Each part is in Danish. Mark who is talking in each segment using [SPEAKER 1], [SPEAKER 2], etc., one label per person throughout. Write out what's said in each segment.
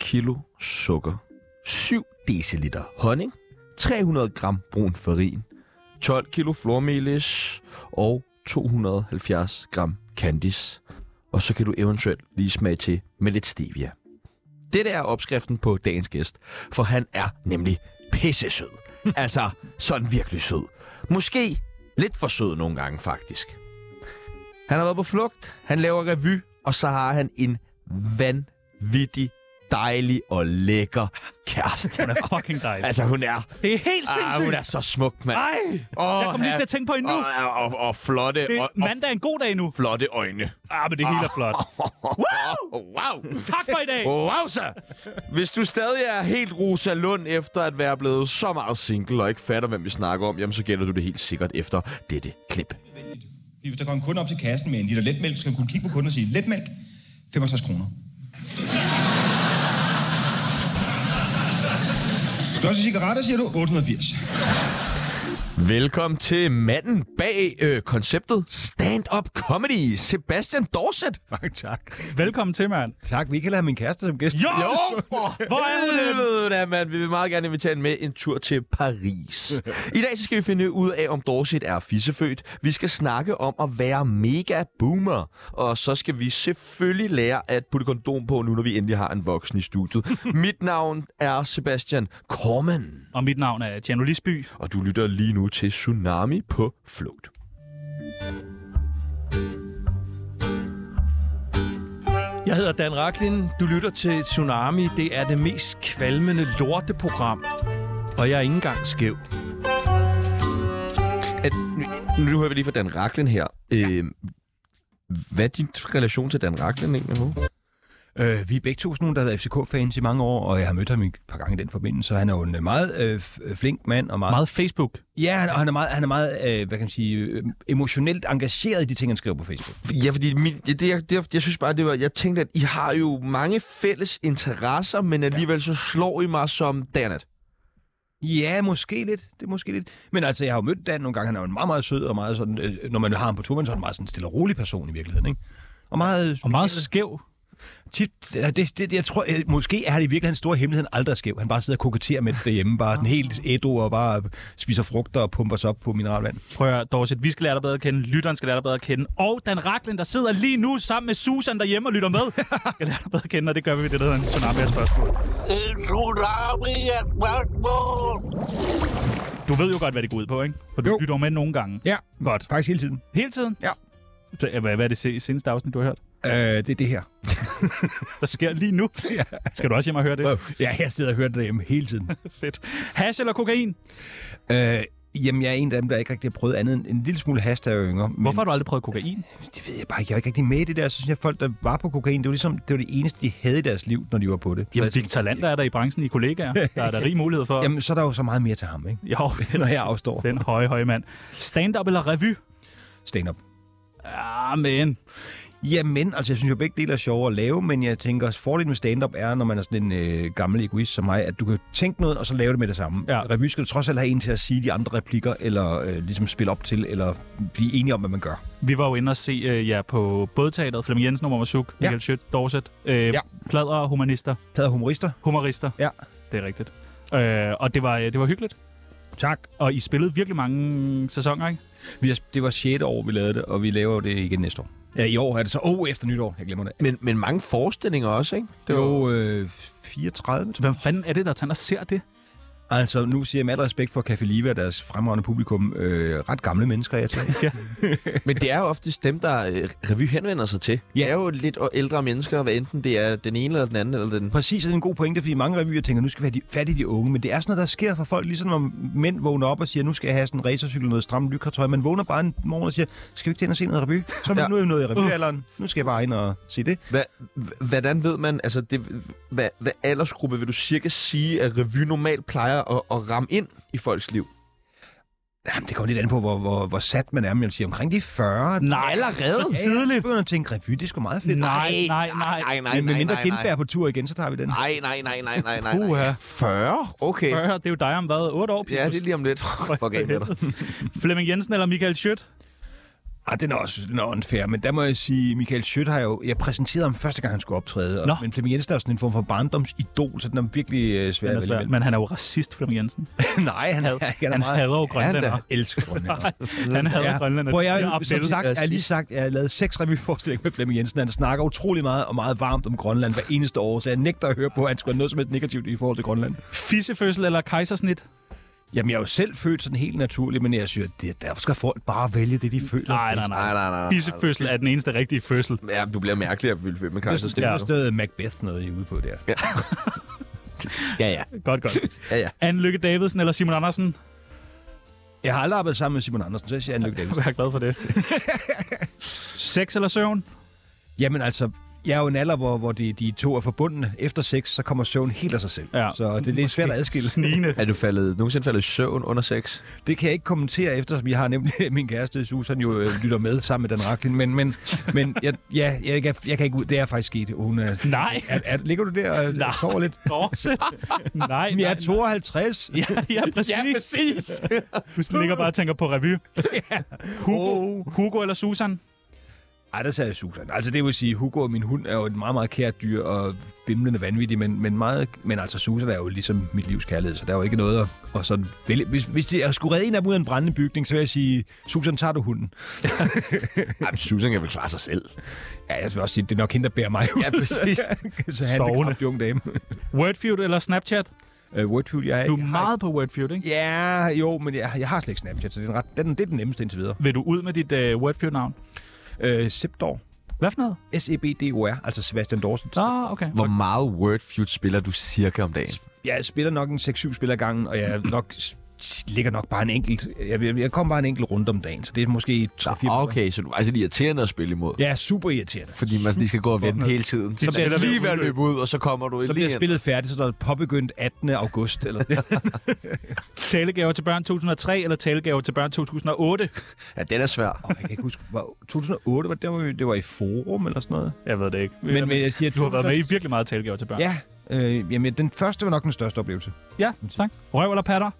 [SPEAKER 1] kilo sukker, 7 deciliter honning, 300 gram brun farin, 12 kilo flormelis og 270 gram candice. Og så kan du eventuelt lige smage til med lidt stevia. Det der er opskriften på dagens gæst, for han er nemlig pissesød. altså, sådan virkelig sød. Måske lidt for sød nogle gange, faktisk. Han har været på flugt, han laver revy, og så har han en vanvittig, dejlig og lækker kæreste.
[SPEAKER 2] Hun er fucking dejlig.
[SPEAKER 1] altså, hun er,
[SPEAKER 2] det er helt
[SPEAKER 1] ah, hun
[SPEAKER 2] sindssygt.
[SPEAKER 1] er så smuk, mand.
[SPEAKER 2] Ej,
[SPEAKER 1] Oh,
[SPEAKER 2] jeg kom lige til at tænke på hende nu.
[SPEAKER 1] Og, og, og, og flotte,
[SPEAKER 2] Det,
[SPEAKER 1] og, og
[SPEAKER 2] mandag er en god dag nu.
[SPEAKER 1] flotte øjne.
[SPEAKER 2] Ah, men det hele er flot.
[SPEAKER 1] Wow! wow.
[SPEAKER 2] Tak for i dag.
[SPEAKER 1] Wow, så! Hvis du stadig er helt Rosa Lund efter at være blevet så meget single og ikke fatter, hvem vi snakker om, jamen så gælder du det helt sikkert efter dette klip.
[SPEAKER 3] Fordi hvis der kommer en kunde op til kassen med en liter letmælk, så skal man kunne kigge på kunden og sige, letmælk, 65 kroner. Største cigaretter, siger du? 880.
[SPEAKER 1] Velkommen til manden bag øh, konceptet stand-up comedy, Sebastian Dorset.
[SPEAKER 4] Mange tak.
[SPEAKER 2] Velkommen til, mand.
[SPEAKER 4] Tak, vi kan lade min kæreste som gæst.
[SPEAKER 2] Jo!
[SPEAKER 1] Jo, for
[SPEAKER 2] Hvor er hun henne?
[SPEAKER 1] helvede da, mand. Vi vil meget gerne invitere hende med en tur til Paris. I dag så skal vi finde ud af, om Dorset er fissefødt. Vi skal snakke om at være mega boomer. Og så skal vi selvfølgelig lære at putte kondom på, nu når vi endelig har en voksen i studiet. Mit navn er Sebastian Kormann,
[SPEAKER 2] Og mit navn er Tjerno Lisby.
[SPEAKER 1] og du lytter lige nu til Tsunami på Flugt.
[SPEAKER 4] Jeg hedder Dan Raklin. Du lytter til Tsunami. Det er det mest kvalmende lorteprogram. Og jeg er ikke engang skæv.
[SPEAKER 1] At, nu, nu hører vi lige fra Dan Raklen her. Ja. Øh, hvad er din relation til Dan Raklen egentlig nu?
[SPEAKER 4] Øh, vi er begge to sådan nogle, der har været FCK-fans i mange år, og jeg har mødt ham et par gange i den forbindelse. Han er jo en øh, meget øh, f- flink mand og meget...
[SPEAKER 2] Meget Facebook.
[SPEAKER 4] Ja, han, og han er meget, han er meget øh, hvad kan man sige, øh, emotionelt engageret i de ting, han skriver på Facebook.
[SPEAKER 1] Ja, fordi min, det, det, jeg, det, jeg synes bare, det var, jeg tænkte, at I har jo mange fælles interesser, men alligevel så slår I mig som Danet.
[SPEAKER 4] Ja, måske lidt. Det er måske lidt. Men altså, jeg har jo mødt Dan nogle gange. Han er jo en meget, meget sød og meget sådan... Øh, når man har ham på turban, så er han en meget sådan stille og rolig person i virkeligheden, ikke? Og meget...
[SPEAKER 2] Og meget skæv.
[SPEAKER 4] Tit, ja, det, det, jeg tror, øh, måske er det i virkeligheden hans store hemmelighed, han aldrig er skæv. Han bare sidder og koketterer med det derhjemme, bare
[SPEAKER 2] Ah.
[SPEAKER 4] sådan helt ædru og bare spiser frugter og pumper sig op på mineralvand.
[SPEAKER 2] Prøv at høre, Dorset, vi skal lære dig bedre at kende, lytteren skal lære dig bedre at kende, og Dan Raklen, der sidder lige nu sammen med Susan derhjemme og lytter med, skal lære dig bedre at kende, og det gør vi ved det, der hedder en tsunami af spørgsmål.
[SPEAKER 5] En tsunami af spørgsmål.
[SPEAKER 2] Du ved jo godt, hvad det går ud på, ikke? For du
[SPEAKER 4] Jo.
[SPEAKER 2] lytter jo med nogle gange.
[SPEAKER 4] Ja,
[SPEAKER 2] Godt.
[SPEAKER 4] faktisk hele tiden.
[SPEAKER 2] Hele tiden?
[SPEAKER 4] Ja.
[SPEAKER 2] Så, Hvad hvad er det se- seneste afsnit, du har hørt?
[SPEAKER 4] Øh, det er det her.
[SPEAKER 2] Der sker lige nu. Skal du også hjem og høre det?
[SPEAKER 4] Ja, jeg sidder og hører det derhjemme hele tiden.
[SPEAKER 2] Fedt. Hash eller kokain?
[SPEAKER 4] øh, jamen, jeg er en af dem, der ikke rigtig har prøvet andet end en lille smule hash, da jeg var yngre. Men
[SPEAKER 2] Hvorfor har du aldrig prøvet kokain?
[SPEAKER 4] Det ved jeg bare ikke. Jeg var ikke rigtig med i det der. Så synes jeg, at folk, der var på kokain, det var ligesom det, var det eneste, de havde i deres liv, når de var på det.
[SPEAKER 2] Jamen,
[SPEAKER 4] så,
[SPEAKER 2] de talenter er der i branchen, i kollegaer. Der er der rig mulighed for.
[SPEAKER 4] jamen, så er der jo så meget mere til ham, ikke?
[SPEAKER 2] Jo,
[SPEAKER 4] Når jeg afstår.
[SPEAKER 2] den høje, høje mand. Stand-up eller revy?
[SPEAKER 4] Stand-up.
[SPEAKER 2] Ah, men.
[SPEAKER 4] Jamen, altså jeg synes jo begge dele er sjove at lave, men jeg tænker også, fordelen med stand-up er, når man er sådan en øh, gammel egoist som mig, at du kan tænke noget, og så lave det med det samme.
[SPEAKER 2] Ja.
[SPEAKER 4] Revy skal du trods alt have en til at sige de andre replikker, eller øh, ligesom spille op til, eller blive enige om, hvad man gør.
[SPEAKER 2] Vi var jo inde og se øh, jer på bådteateret, Flemming Jensen og Morsuk, Michael Schødt, Dorset, øh, ja.
[SPEAKER 4] Ja.
[SPEAKER 2] plader, humanister,
[SPEAKER 4] Hader humorister?
[SPEAKER 2] humorister.
[SPEAKER 4] Ja.
[SPEAKER 2] Det er rigtigt. Øh, og det var, øh, det var hyggeligt.
[SPEAKER 4] Tak.
[SPEAKER 2] Og I spillede virkelig mange sæsoner, ikke?
[SPEAKER 4] Vi har, det var 6. år, vi lavede det, og vi laver det igen næste år. Ja, i år er det så. Åh, oh, efter nytår. Jeg glemmer det.
[SPEAKER 1] Men, men mange forestillinger også, ikke?
[SPEAKER 4] Det var jo øh, 34, tror jeg.
[SPEAKER 2] Hvem fanden er det, der tager og ser det?
[SPEAKER 4] Altså, nu siger jeg med al respekt for Café Liva og deres fremragende publikum, øh, ret gamle mennesker, jeg tror.
[SPEAKER 1] Men det er jo oftest dem, der øh, revy henvender sig til. Ja. Det er jo lidt og- ældre mennesker, hvad enten det er den ene eller den anden. Eller den.
[SPEAKER 4] Præcis, og det er en god pointe, fordi mange revyer tænker, nu skal vi have de, fat i de unge, men det er sådan noget, der sker for folk, ligesom når mænd vågner op og siger, nu skal jeg have sådan en racercykel og noget stramt lykretøj. Man vågner bare en morgen og siger, skal vi ikke tænde og se noget revy? Så er vi
[SPEAKER 1] Ja.
[SPEAKER 4] nu er vi nået i revyalderen, nu skal jeg bare ind og se det.
[SPEAKER 1] Hva, h- hvordan ved man, altså det, hvad, hvad aldersgruppe vil du cirka sige, at revy normalt plejer at, at ramme ind i folks liv?
[SPEAKER 4] Jamen, det kommer lidt an på, hvor, hvor, hvor sat man er, men jeg vil sige, omkring de 40.
[SPEAKER 2] Nej,
[SPEAKER 1] Allerede?
[SPEAKER 2] Så
[SPEAKER 4] Ja, jeg
[SPEAKER 2] tidligt.
[SPEAKER 4] begynder at tænke, revy, det er sgu meget fedt.
[SPEAKER 2] Nej, nej, nej.
[SPEAKER 1] Nej, nej,
[SPEAKER 4] Men med
[SPEAKER 1] nej,
[SPEAKER 4] mindre
[SPEAKER 1] nej, nej.
[SPEAKER 4] Gindberg på tur igen, så tager vi den.
[SPEAKER 1] Nej, nej, nej, nej, nej, nej.
[SPEAKER 2] Puha.
[SPEAKER 1] nej. 40? Okay.
[SPEAKER 2] Prøv at høre, det er jo dig om hvad? 8 år, Pibus?
[SPEAKER 1] Ja, det er lige om lidt. Fuck af med dig.
[SPEAKER 2] Flemming Jensen eller Michael Schødt?
[SPEAKER 4] Ah, den er også den er unfair, men der må jeg sige, Michael Schødt har jo... Jeg præsenterede ham første gang, han skulle optræde,
[SPEAKER 2] Nå.
[SPEAKER 4] og, men Flemming Jensen er jo sådan en form for barndomsidol, så den er virkelig øh, svær.
[SPEAKER 2] Den er
[SPEAKER 4] at vælge
[SPEAKER 2] svær.
[SPEAKER 4] imellem.
[SPEAKER 2] Men han er jo racist, Flemming Jensen.
[SPEAKER 4] Nej, han,
[SPEAKER 2] Han-
[SPEAKER 4] han, han, er
[SPEAKER 2] han
[SPEAKER 4] meget,
[SPEAKER 2] hader jo
[SPEAKER 4] Han
[SPEAKER 2] grønlændere.
[SPEAKER 4] da elsker grønlændere.
[SPEAKER 2] Han havde ja. Grønland.
[SPEAKER 4] Hvor jeg, som sagt, jeg har lige sagt, jeg har lavet seks revyforestillinger med Flemming Jensen. Han snakker utrolig meget og meget varmt om Grønland hver eneste år, så jeg nægter at høre på, at han skulle have noget som helst negativt i forhold til Grønland.
[SPEAKER 2] Fissefødsel eller kejsersnit?
[SPEAKER 4] Jamen, jeg er jo selv født sådan helt naturligt, men jeg synes, det, der skal folk bare vælge det, de føler.
[SPEAKER 2] Nej, nej,
[SPEAKER 1] Nej,
[SPEAKER 2] nej.
[SPEAKER 1] nej, nej. nej.
[SPEAKER 2] Fissefødsel er den eneste rigtige fødsel.
[SPEAKER 1] Ja, du bliver mærkelig at fylde ved med
[SPEAKER 4] Altså, Det er
[SPEAKER 1] kejsersnit.
[SPEAKER 4] sådan- det er også noget Macbeth, noget I er ude på der.
[SPEAKER 1] Ja, ja.
[SPEAKER 2] Godt, godt.
[SPEAKER 1] ja, ja.
[SPEAKER 2] Anne Lykke Davidsen eller Simon Andersen?
[SPEAKER 4] Jeg har aldrig arbejdet sammen med Simon Andersen, så jeg siger Anne Lykke Davidsen.
[SPEAKER 2] Jeg er glad for det. Sex eller søvn?
[SPEAKER 4] Jamen altså, jeg er jo en alder, hvor, hvor de, de to er forbundne. Efter sex, så kommer søvn helt af sig selv.
[SPEAKER 2] Ja.
[SPEAKER 4] Så det, det er svært at adskille.
[SPEAKER 2] Snigende.
[SPEAKER 1] Er du faldet, nogensinde faldet i søvn under sex?
[SPEAKER 4] Det kan jeg ikke kommentere, efter jeg har nemlig min kæreste Susan jo øh, lytter med sammen med Dan Raklin, men, men, men jeg, ja, jeg, kan, jeg kan ikke ud. Det er faktisk sket. Hun øh, er,
[SPEAKER 2] Nej.
[SPEAKER 4] er, er, ligger du der og
[SPEAKER 2] Nej.
[SPEAKER 4] sover lidt?
[SPEAKER 2] Dorset. Nej,
[SPEAKER 4] Men Jeg
[SPEAKER 2] nej.
[SPEAKER 4] er 52.
[SPEAKER 2] Ja, ja, præcis. Ja, præcis. Du ligger bare og tænker på revy.
[SPEAKER 4] Oh.
[SPEAKER 2] Hugo, Hugo eller Susan?
[SPEAKER 4] Ej, der sagde jeg Susan. Altså det vil sige, Hugo, min hund, er jo et meget, meget kært dyr og bimlende vanvittig, men, men, meget, men altså Susan er jo ligesom mit livs kærlighed, så der er jo ikke noget at, at sådan vælge. Hvis, hvis jeg skulle redde en af dem ud af en brændende bygning, så vil jeg sige, Susan, tager du hunden?
[SPEAKER 1] Jamen, Susan kan vel klare sig selv.
[SPEAKER 4] Ja, jeg vil også sige, det er nok hende, der bærer mig ud.
[SPEAKER 1] Ja, præcis.
[SPEAKER 4] så han er en
[SPEAKER 2] Sovende.
[SPEAKER 4] kraftig ung dame.
[SPEAKER 2] Wordfeud eller Snapchat?
[SPEAKER 4] Uh, Wordfeud, jeg,
[SPEAKER 2] Du
[SPEAKER 4] jeg
[SPEAKER 2] er
[SPEAKER 4] har
[SPEAKER 2] meget på Wordfeud, ikke?
[SPEAKER 4] Ja, jo, men jeg, jeg har slet ikke Snapchat, så det er, en ret, den, det er den nemmeste indtil videre.
[SPEAKER 2] Vil du ud med dit uh, Wordfeud-navn?
[SPEAKER 4] Øh, Sebdor.
[SPEAKER 2] Hvad for noget?
[SPEAKER 4] S-E-B-D-O-R, altså Sebastian Dorsen.
[SPEAKER 2] Ah, okay.
[SPEAKER 1] Hvor meget Wordfeud spiller du cirka om dagen?
[SPEAKER 4] Jeg spiller nok en 6-7 spiller gangen, og jeg nok s- s- ligger nok bare en enkelt... Jeg, jeg, jeg kommer bare en enkelt runde om dagen, så det er måske 3-4
[SPEAKER 1] Okay, så du er altså lige irriterende at spille imod.
[SPEAKER 4] Ja, super irriterende.
[SPEAKER 1] Fordi man lige skal gå og vente hele tiden. Så
[SPEAKER 2] bliver
[SPEAKER 1] bliver
[SPEAKER 2] der
[SPEAKER 1] lige
[SPEAKER 2] ved
[SPEAKER 1] ved at
[SPEAKER 2] udløb.
[SPEAKER 1] løbe ud, og så kommer du
[SPEAKER 4] Så
[SPEAKER 1] lige
[SPEAKER 4] bliver jeg
[SPEAKER 1] ind.
[SPEAKER 4] spillet færdigt, så der er påbegyndt 18. august. Eller
[SPEAKER 2] Talegaver til børn 2003 eller talegaver til børn 2008?
[SPEAKER 1] Ja, den er svær.
[SPEAKER 4] jeg kan ikke huske, var 2008, var det, var, vi- det var i Forum eller sådan noget.
[SPEAKER 2] Jeg ved det ikke.
[SPEAKER 4] Men, men jeg siger,
[SPEAKER 2] du har været med i virkelig meget talegaver til børn.
[SPEAKER 4] Ja, øh, jamen, den første var nok den største oplevelse.
[SPEAKER 2] ja tak. Røv eller patter?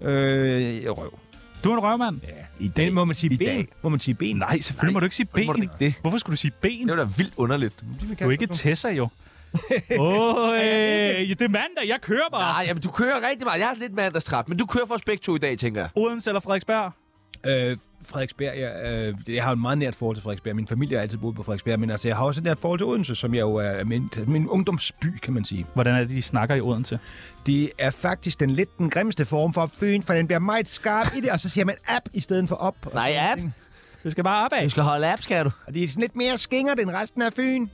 [SPEAKER 4] Øh, røv.
[SPEAKER 2] Du er en røvmand.
[SPEAKER 4] Ja.
[SPEAKER 1] I dag.
[SPEAKER 4] Den, må man sige
[SPEAKER 1] I dag.
[SPEAKER 4] ben? Må man sige ben?
[SPEAKER 2] Nej, selvfølgelig Nej. må du ikke sige ben.
[SPEAKER 1] Hvordan må du ikke det?
[SPEAKER 2] Hvorfor skulle du sige ben?
[SPEAKER 1] Det var da vildt underligt.
[SPEAKER 2] Du er ikke Tessa, jo. Åh, oh, øh, det er mandag, jeg kører bare.
[SPEAKER 1] Nej, jamen, du kører rigtig meget. Jeg har lidt mandagstrap, men du kører for os begge to i dag, tænker jeg.
[SPEAKER 2] Odense eller Frederiksberg?
[SPEAKER 4] Øh, Frederiksberg, jeg, øh, jeg har en meget nært forhold til Frederiksberg. Min familie har altid boet på Frederiksberg, men altså, jeg har også et nært forhold til Odense, som jeg jo er min, min ungdomsby, kan man sige.
[SPEAKER 2] Hvordan er det, de snakker i Odense?
[SPEAKER 4] Det er faktisk den lidt den grimmeste form for Fyn, for den bliver meget skarp i det, og så siger man app i stedet for op.
[SPEAKER 1] Nej, app.
[SPEAKER 2] Det skal bare opad.
[SPEAKER 1] skal holde app, skal du.
[SPEAKER 4] Og det er sådan lidt mere skingert end resten af Fyn.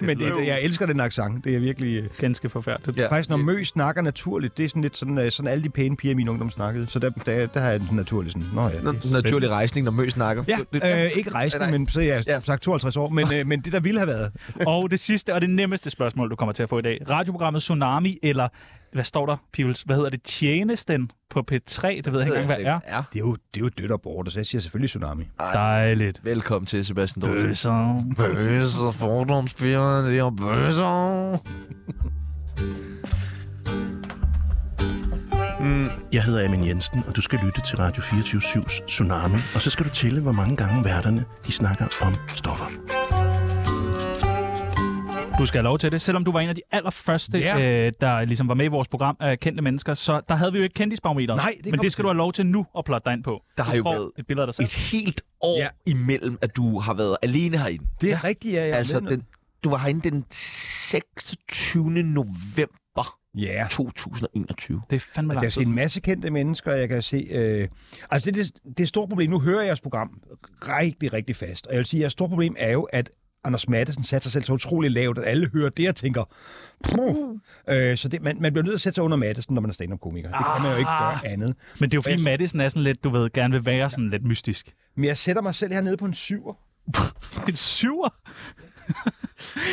[SPEAKER 4] men det, jeg elsker den accent. Det er virkelig... Øh,
[SPEAKER 2] Ganske forfærdeligt.
[SPEAKER 1] Ja.
[SPEAKER 2] Ja.
[SPEAKER 4] faktisk, når Mø snakker naturligt, det er sådan lidt sådan, øh, sådan alle de pæne piger i min ungdom snakkede. Så der, der, der har jeg den naturlig sådan, nå ja.
[SPEAKER 1] Nå, sådan en naturlig rejsning, når Mø snakker.
[SPEAKER 4] Ja,
[SPEAKER 1] Det- det-
[SPEAKER 4] øh, ikke rejsen,
[SPEAKER 1] Nej.
[SPEAKER 4] men så er jeg
[SPEAKER 1] Ja.
[SPEAKER 4] som sagt 52 år, men, øh, men det der ville have været.
[SPEAKER 2] Og det sidste og det nemmeste spørgsmål, du kommer til at få i dag. Radioprogrammet Tsunami, eller hvad står der, Pibels? Hvad hedder det? Tjenesten på P3? Det ved jeg ikke engang, hvad er.
[SPEAKER 1] Ja.
[SPEAKER 4] Det er jo, det er jo dødt og borte, så jeg siger selvfølgelig tsunami.
[SPEAKER 2] Dejligt.
[SPEAKER 1] Velkommen til, Sebastian Dorsen.
[SPEAKER 2] Øh. Bøsser.
[SPEAKER 1] Bøsser, fordomsbjerg, det er bøsser.
[SPEAKER 6] Jeg hedder Amin Jensen, og du skal lytte til Radio 24-7's Tsunami. Og så skal du tælle, hvor mange gange værterne de snakker om stoffer.
[SPEAKER 2] Du skal have lov til det. Selvom du var en af de allerførste,
[SPEAKER 4] Ja.
[SPEAKER 2] yeah. øh, der ligesom var med i vores program af kendte mennesker, så der havde vi jo ikke kendisbarometeret.
[SPEAKER 4] Nej, det
[SPEAKER 2] Men
[SPEAKER 4] kom
[SPEAKER 2] det skal
[SPEAKER 4] til.
[SPEAKER 2] du have lov til nu at plotte dig ind på.
[SPEAKER 1] Der
[SPEAKER 2] Du
[SPEAKER 1] har jo
[SPEAKER 2] får
[SPEAKER 1] været
[SPEAKER 2] et billede af dig selv.
[SPEAKER 1] Et helt år
[SPEAKER 4] Ja.
[SPEAKER 1] imellem, at du har været alene herinde.
[SPEAKER 4] Det er ja. rigtigt, ja. Jeg
[SPEAKER 1] Altså, den, du var herinde den 26. november
[SPEAKER 4] Ja.
[SPEAKER 1] 2021.
[SPEAKER 2] Det er fandme
[SPEAKER 4] Altså, jeg
[SPEAKER 2] langt.
[SPEAKER 4] kan se en masse kendte mennesker, jeg kan se... Øh, altså, det, er det, det er et stort problem. Nu hører jeg jeres program rigtig, rigtig fast. Og jeg vil sige, at jeres store problem er jo, at Anders Mattesen satte sig selv så utrolig lavt, at alle hører det og tænker... "Puh." Øh, så det, man, man bliver nødt til at sætte sig under Mattesen, når man er stand-up-komiker. Det kan man jo ikke gøre
[SPEAKER 1] Ah.
[SPEAKER 4] andet.
[SPEAKER 2] Men det er jo fordi,
[SPEAKER 4] Jeg-
[SPEAKER 2] Madison er sådan lidt, du ved, gerne vil være sådan lidt mystisk.
[SPEAKER 4] Men jeg sætter mig selv hernede på en syver.
[SPEAKER 2] En syver?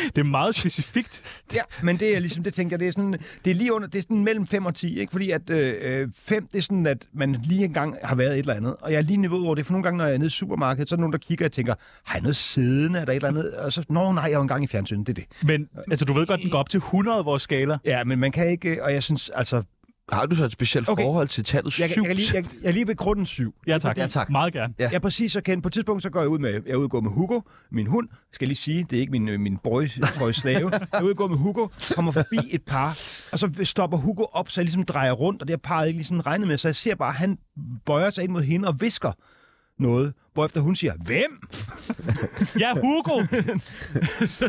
[SPEAKER 2] det er meget specifikt.
[SPEAKER 4] Ja, men det er ligesom, det tænker jeg, det er sådan, det er lige under, det er sådan mellem 5 og 10, ikke? Fordi at 5, øh, fem, det er sådan, at man lige engang har været et eller andet, og jeg er lige niveauet over det, for nogle gange, når jeg er nede i supermarkedet, så er der nogen, der kigger og tænker, har jeg noget siddende, er der et eller andet? Og så, nå nej, jeg var engang i fjernsynet, det er det.
[SPEAKER 2] Men altså, du ved godt, den går op til 100 vores skala.
[SPEAKER 4] Ja, men man kan ikke, og jeg øh, synes, altså,
[SPEAKER 1] Har du så et specielt
[SPEAKER 4] Okay.
[SPEAKER 1] okay. forhold til tallet
[SPEAKER 4] Jeg,
[SPEAKER 1] 7?
[SPEAKER 4] kan- jeg, kan lige, jeg, jeg er lige begrundet syv.
[SPEAKER 2] Ja tak.
[SPEAKER 1] Ja, tak.
[SPEAKER 2] Meget gerne.
[SPEAKER 1] Ja.
[SPEAKER 4] Ja. Jeg præcis så kendt. På et tidspunkt, så går jeg ud med, jeg udgår med Hugo, min hund. Skal jeg lige sige, det er ikke min, øh, min boy, boy slave. Jeg udgår med Hugo, kommer forbi et par, og så stopper Hugo op, så jeg ligesom drejer rundt, og det har parret ikke ligesom regnet med. Så jeg ser bare, at han bøjer sig ind mod hende og visker noget, hvorefter hun siger, hvem?
[SPEAKER 2] Ja, Hugo!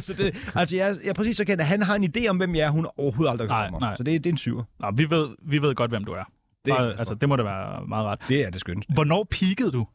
[SPEAKER 4] så det, altså, jeg, jeg er præcis så kendt, at han har en idé om, hvem jeg er, hun har overhovedet aldrig
[SPEAKER 2] Nej,
[SPEAKER 4] hørt om.
[SPEAKER 2] nej.
[SPEAKER 4] mig. Så det, det er en syver.
[SPEAKER 2] Nå, vi ved, vi ved godt, hvem du er.
[SPEAKER 4] Det
[SPEAKER 2] Bare-
[SPEAKER 4] er jeg glad for.
[SPEAKER 2] altså, det må da være meget ret.
[SPEAKER 4] Det er det skønne.
[SPEAKER 2] Hvornår peakede du?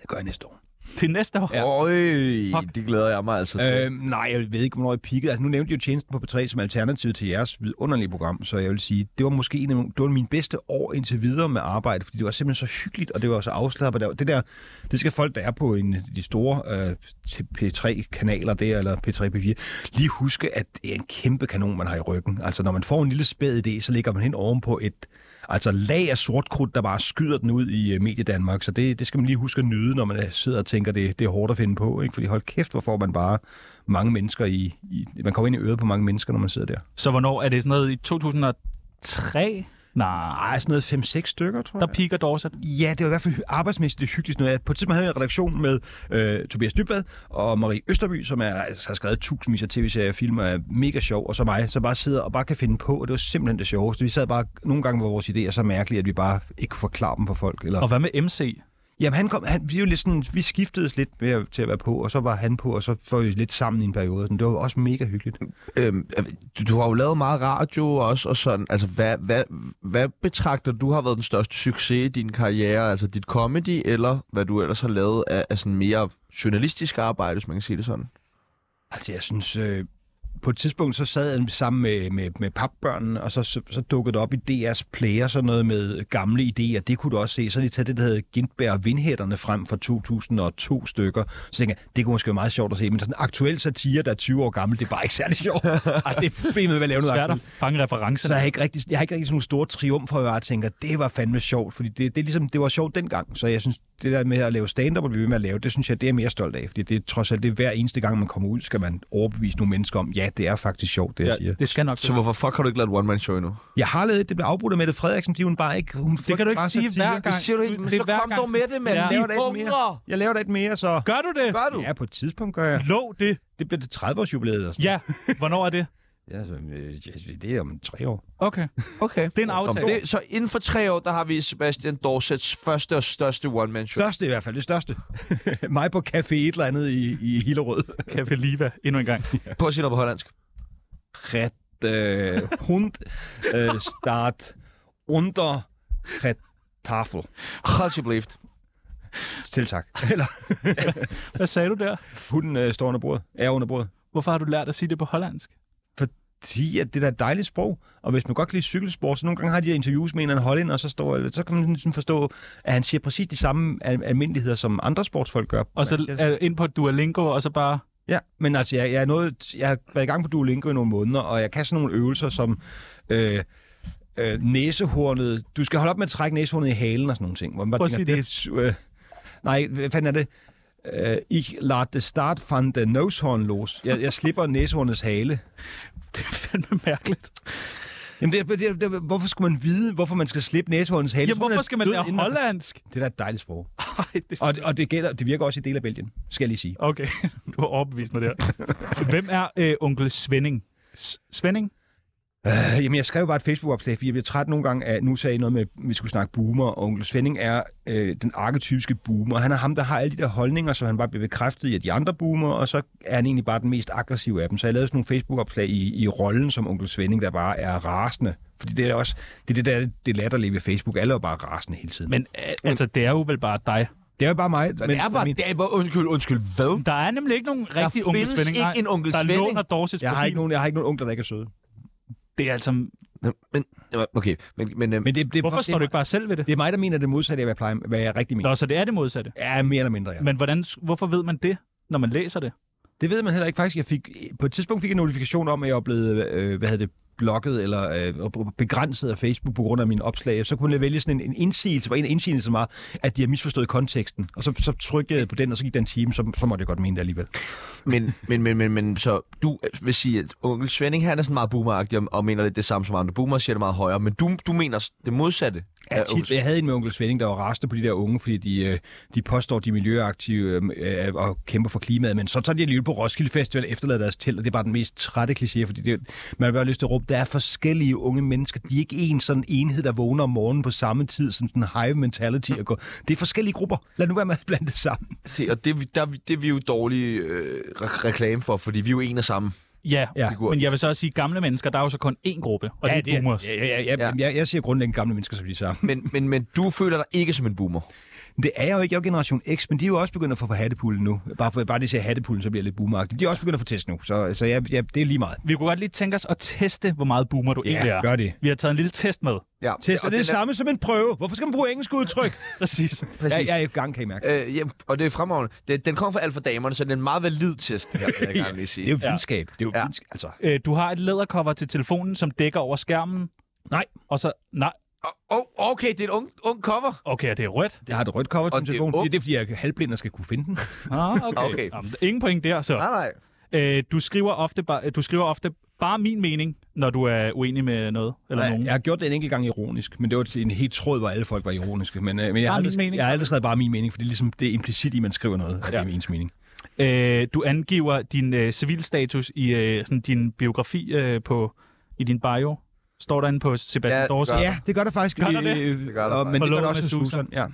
[SPEAKER 4] Det gør jeg næste år.
[SPEAKER 2] Det er næste år.
[SPEAKER 1] Ja. Øj,
[SPEAKER 2] Fuck.
[SPEAKER 1] det glæder jeg mig altså til.
[SPEAKER 4] Øh, nej, jeg ved ikke, hvornår jeg peakede. Altså, nu nævnte jeg jo tjenesten på P3 som alternativ til jeres vidunderlige program, så jeg vil sige, det var måske en af, det var min bedste år indtil videre med arbejde, fordi det var simpelthen så hyggeligt, og det var så afslappet. Det var- Det der, det skal folk, der er på en, af de store øh, til P3-kanaler der, eller P3 P4, lige huske, at det er en kæmpe kanon, man har i ryggen. Altså, når man får en lille spæd idé, så ligger man hen ovenpå et altså lag af sort krudt, der bare skyder den ud i øh, mediedanmark. Så det, det skal man lige huske at nyde, når man øh, sidder og tænker, det, det er hårdt at finde på. Ikke? Fordi hold kæft, hvor får man bare mange mennesker i, i... Man kommer ind i øret på mange mennesker, når man sidder der.
[SPEAKER 2] Så hvornår er det sådan noget i 2003? Nej,
[SPEAKER 4] Ej, sådan noget 5-6 stykker, tror
[SPEAKER 2] der
[SPEAKER 4] jeg.
[SPEAKER 2] peaker Dorset.
[SPEAKER 4] Ja, det var i hvert fald arbejdsmæssigt det hyggeligste noget. På et tidspunkt havde jeg en redaktion med øh, Tobias Dybvad og Marie Østerby, som er, altså, har skrevet tusindvis af tv-serier og film, og er mega sjov, og så mig, så bare sidder og bare kan finde på, og det var simpelthen det sjoveste. Vi sad bare nogle gange med vores idéer så mærkelige, at vi bare ikke kunne forklare dem for folk. Eller...
[SPEAKER 2] Og hvad med MC?
[SPEAKER 4] Jamen, han kom, han, vi, er jo lidt sådan, vi skiftede lidt med, til at være på, og så var han på, og så var vi lidt sammen i en periode. Sådan, det var også mega hyggeligt.
[SPEAKER 1] Øhm, du, du har jo lavet meget radio også, og sådan, altså hvad, hvad, hvad betragter du har været den største succes i din karriere, altså dit comedy, eller hvad du ellers har lavet af, af sådan mere journalistisk arbejde, hvis man kan sige det sådan?
[SPEAKER 4] Altså, jeg synes... Øh, på et tidspunkt, så sad jeg sammen med, med, med papbørnene, og så, så, så dukkede det op i DR's player, sådan noget med gamle idéer. Det kunne du også se. Så havde de taget det, der hedder Gintberg og Vindhætterne frem fra 2002 stykker. Så tænkte jeg, det kunne måske være meget sjovt at se, men sådan en aktuel satire, der er 20 år gammel, det er bare ikke særlig sjovt. altså, det er problemet ved at lave noget
[SPEAKER 2] Svært
[SPEAKER 4] aktuelt.
[SPEAKER 2] at fange
[SPEAKER 4] Så
[SPEAKER 2] referencerne.
[SPEAKER 4] jeg har ikke rigtig, jeg har ikke rigtig sådan nogle store triumfer, hvor jeg bare tænker, det var fandme sjovt, fordi det, det, er ligesom, det var sjovt dengang. Så jeg synes, det der med at lave stand-up og blive ved med at lave, det synes jeg, det er jeg mere stolt af. Fordi det er trods alt, det er hver eneste gang, man kommer ud, skal man overbevise nogle mennesker om, ja, det er faktisk sjovt, det jeg siger.
[SPEAKER 2] Det skal nok
[SPEAKER 1] Så hvorfor fuck har du ikke lavet et one-man-show endnu?
[SPEAKER 4] Jeg har lavet, et, det blev afbrudt af Mette Frederiksen, fordi hun bare ikke... Hun
[SPEAKER 2] Det kan du ikke
[SPEAKER 4] bare
[SPEAKER 2] sige
[SPEAKER 4] satire.
[SPEAKER 2] hver gang.
[SPEAKER 1] siger du ikke, men så
[SPEAKER 2] hver
[SPEAKER 1] kom
[SPEAKER 2] gang
[SPEAKER 1] dog med det, mand.
[SPEAKER 2] Ja.
[SPEAKER 1] Det
[SPEAKER 4] Jeg
[SPEAKER 1] er
[SPEAKER 4] laver da et mere. Jeg laver da et mere, så...
[SPEAKER 2] Gør du det?
[SPEAKER 1] Gør du?
[SPEAKER 4] Ja, på et tidspunkt gør jeg.
[SPEAKER 2] Lov det.
[SPEAKER 4] Det bliver det 30-års jubilæet. Og sådan.
[SPEAKER 2] Ja. Hvornår er det?
[SPEAKER 4] Ja, altså, øh, det er om tre år.
[SPEAKER 2] Okay.
[SPEAKER 1] Okay.
[SPEAKER 2] Det er en aftale.
[SPEAKER 1] Det, så inden for tre år, der har vi Sebastian Dorsets første og største one-man-show.
[SPEAKER 4] Største i hvert fald, det største. Mig på café et eller andet i, i Hillerød.
[SPEAKER 2] Café Liva endnu en gang.
[SPEAKER 1] På at sige noget på hollandsk.
[SPEAKER 4] ret øh, hund øh, start under ret tafel.
[SPEAKER 1] Alsjeblieft.
[SPEAKER 4] Til tak. Eller
[SPEAKER 2] Hvad sagde du der?
[SPEAKER 4] hunden øh, står under bordet, er under bordet.
[SPEAKER 2] Hvorfor har du lært at sige det på hollandsk?
[SPEAKER 4] Sige, at det der er et dejligt sprog, og hvis man godt kan lide cykelsport, så nogle gange har de her interviews med en eller anden hollænder, og så, står, så kan man sådan forstå, at han siger præcis de samme al- almindeligheder, som andre sportsfolk gør.
[SPEAKER 2] Og så er du ind på Duolingo, og så bare...
[SPEAKER 4] Ja, men altså, jeg, jeg, er noget, jeg har været i gang på Duolingo i nogle måneder, og jeg kan sådan nogle øvelser som øh, øh, næsehornet. Du skal holde op med at trække næsehornet i halen og sådan nogle ting. Hvor man
[SPEAKER 2] Prøv
[SPEAKER 4] bare
[SPEAKER 2] at
[SPEAKER 4] tænker,
[SPEAKER 2] sige
[SPEAKER 4] det. er su- øh, nej, hvad fanden er det? Øh, ich lade start van der nosehorn los. Jeg, jeg slipper næsehornets hale.
[SPEAKER 2] Det er fandme mærkeligt.
[SPEAKER 4] Jamen, det, er- det, er- det, er- hvorfor skal man vide, hvorfor man skal slippe næsehornets hale?
[SPEAKER 2] Ja,
[SPEAKER 4] Så
[SPEAKER 2] hvorfor skal man
[SPEAKER 4] død
[SPEAKER 2] lære
[SPEAKER 4] inden-
[SPEAKER 2] hollandsk?
[SPEAKER 4] Det er da et dejligt sprog.
[SPEAKER 2] Ej, det...
[SPEAKER 4] Og, og det, gælder, det virker også i dele af Belgien, skal jeg lige sige.
[SPEAKER 2] Okay, du har overbevist mig der. Hvem er øh, onkel Svending? S- Svending?
[SPEAKER 4] Øh, Jamen, jeg skrev bare et Facebook-opslag, fordi jeg bliver træt nogle gange af, nu sagde I noget med, at vi skulle snakke boomer, og onkel Svending er øh, den arketypiske boomer. Han er ham, der har alle de der holdninger, så han bare bliver bekræftet i, at de andre boomer, og så er han egentlig bare den mest aggressive af dem. Så jeg lavede sådan nogle Facebook-opslag i, i rollen som onkel Svending, der bare er rasende. Fordi det er også, det er det der, det latterlige ved Facebook. Alle er jo bare rasende hele tiden. Men,
[SPEAKER 2] Men øh, altså, det er jo vel bare dig.
[SPEAKER 4] det er jo bare mig. Men,
[SPEAKER 1] Men, det er bare...
[SPEAKER 4] min,
[SPEAKER 1] Det er, bare- undskyld, undskyld, hvad?
[SPEAKER 2] Der er nemlig ikke nogen rigtig onkel
[SPEAKER 1] findes
[SPEAKER 2] Svending.
[SPEAKER 1] ikke
[SPEAKER 2] nej.
[SPEAKER 1] en onkel
[SPEAKER 2] der
[SPEAKER 1] Svending.
[SPEAKER 2] låner Dorsets
[SPEAKER 4] jeg, har
[SPEAKER 2] profil.
[SPEAKER 4] ikke nogen, jeg har ikke nogen onkler, der ikke er søde.
[SPEAKER 2] Det er altså...
[SPEAKER 1] Nå, Men, okay, men, men, øhm,
[SPEAKER 4] Men det, det,
[SPEAKER 2] Hvorfor
[SPEAKER 4] det,
[SPEAKER 2] står du ikke bare selv ved det?
[SPEAKER 4] Det er mig, der mener det modsatte af, hvad jeg, plejer, hvad jeg rigtig mener.
[SPEAKER 2] Nå, så det er det modsatte.
[SPEAKER 4] Ja, mere eller mindre, ja.
[SPEAKER 2] Men hvordan, hvorfor ved man det, når man læser det?
[SPEAKER 4] Det ved man heller ikke faktisk. Jeg fik, på et tidspunkt fik jeg en notifikation om, at jeg var blevet øh, hvad hedder det, blokket eller øh, begrænset af Facebook på grund af mine opslag, så kunne jeg vælge sådan en, en indsigelse, hvor en af indsigelserne var, at de har misforstået konteksten. Og så, så trykkede jeg på den, og så gik den en time, så, så måtte jeg godt mene det alligevel.
[SPEAKER 1] Men, men, men, men, men, så du øh, vil sige, at onkel Svending, han er sådan meget boomeragtig og, og mener lidt det samme som andre. Boomer siger det meget højere, men du, du mener s- det modsatte.
[SPEAKER 4] Ja, tit, jeg havde en med onkel Svending, der var rasende på de der unge, fordi de, øh, de påstår, de er miljøaktive øh, øh, og kæmper for klimaet, men så tager de alligevel på Roskilde Festival og efterlader deres telt, og det er bare den mest trætte kliché, fordi det, man har bare lyst til at råbe, der er forskellige unge mennesker, de er ikke en sådan enhed, der vågner om morgenen på samme tid, som den hive mentality og går. Det er forskellige grupper, lad nu være med at blande det sammen.
[SPEAKER 1] Se, og det, er vi- der, er vi- det er vi jo dårlige øh, re- reklame for, fordi vi er jo en og samme.
[SPEAKER 2] Ja,
[SPEAKER 4] Ja.
[SPEAKER 2] ja, men jeg vil så også sige, at gamle mennesker, der er jo så kun én gruppe, og ja, det er boomers.
[SPEAKER 4] ja, ja, ja, ja. Jeg, jeg siger grundlæggende gamle mennesker, som de er sammen.
[SPEAKER 1] Men, men, men du føler dig ikke som en boomer.
[SPEAKER 4] Det er jeg jo ikke. Jeg er jo generation X, men de er jo også begyndt at få på hattepullen nu. Bare, for, bare de siger hattepullen, så bliver jeg lidt boomeragtig. De er også begyndt at få test nu, så, så jeg, jeg, det er lige meget.
[SPEAKER 2] Vi kunne godt lige tænke os at teste, hvor meget boomer du
[SPEAKER 4] Ja,
[SPEAKER 2] egentlig er.
[SPEAKER 4] gør det.
[SPEAKER 2] Vi har taget en lille test med.
[SPEAKER 1] Ja.
[SPEAKER 4] Test er
[SPEAKER 1] og
[SPEAKER 4] det, det
[SPEAKER 1] den er-
[SPEAKER 4] samme som en prøve. Hvorfor skal man bruge engelske udtryk?
[SPEAKER 2] Præcis.
[SPEAKER 4] jeg,
[SPEAKER 1] Præcis.
[SPEAKER 4] jeg er i gang, kan I mærke.
[SPEAKER 1] Øh, ja, og det er fremragende. Det, den kommer fra alt for damerne, så det er en meget valid test, det her, vil jeg gerne lige sige.
[SPEAKER 4] Det er jo videnskab. Det er jo
[SPEAKER 1] Ja.
[SPEAKER 4] videnskab. Altså,
[SPEAKER 2] Øh, Du har et lædercover til telefonen, som dækker over skærmen.
[SPEAKER 4] Nej.
[SPEAKER 2] Og så, nej,
[SPEAKER 1] Åh, oh, okay, det er et ung, ung cover.
[SPEAKER 2] okay, og det er rødt.
[SPEAKER 4] jeg har et rødt cover til
[SPEAKER 1] Og
[SPEAKER 4] min
[SPEAKER 1] det er
[SPEAKER 4] telefon. Det,
[SPEAKER 1] ung.
[SPEAKER 4] det er, fordi jeg er halvblind og skal kunne finde den.
[SPEAKER 2] Ah, okay.
[SPEAKER 1] Okay. Ah.
[SPEAKER 2] Jamen, ingen point der, så.
[SPEAKER 1] Nej, nej.
[SPEAKER 2] Øh, du, skriver ofte bare, du skriver ofte bare min mening, når du er uenig med noget eller
[SPEAKER 4] Nej,
[SPEAKER 2] nogen.
[SPEAKER 4] Jeg har gjort det en enkelt gang ironisk, men det var til en helt tråd, hvor alle folk var ironiske. Men, øh, men jeg, har
[SPEAKER 2] Bare min
[SPEAKER 4] aldrig,
[SPEAKER 2] mening.
[SPEAKER 4] jeg har aldrig skrevet bare min mening, for det er, ligesom, det er implicit i, at man skriver noget, at det er
[SPEAKER 2] Ja.
[SPEAKER 4] ens mening.
[SPEAKER 2] Øh, du angiver din øh, civilstatus i øh, sådan din biografi øh, på, i din bio. Står der inde på Sebastian
[SPEAKER 1] Ja,
[SPEAKER 2] ja, Dorsen.
[SPEAKER 1] gør
[SPEAKER 4] Ja, det gør der faktisk.
[SPEAKER 2] Gør der det?
[SPEAKER 4] Øh,
[SPEAKER 1] Det gør der
[SPEAKER 4] og- Men det gør
[SPEAKER 2] Forlovet med
[SPEAKER 4] der også med Susan.
[SPEAKER 2] Susan.
[SPEAKER 4] Ja.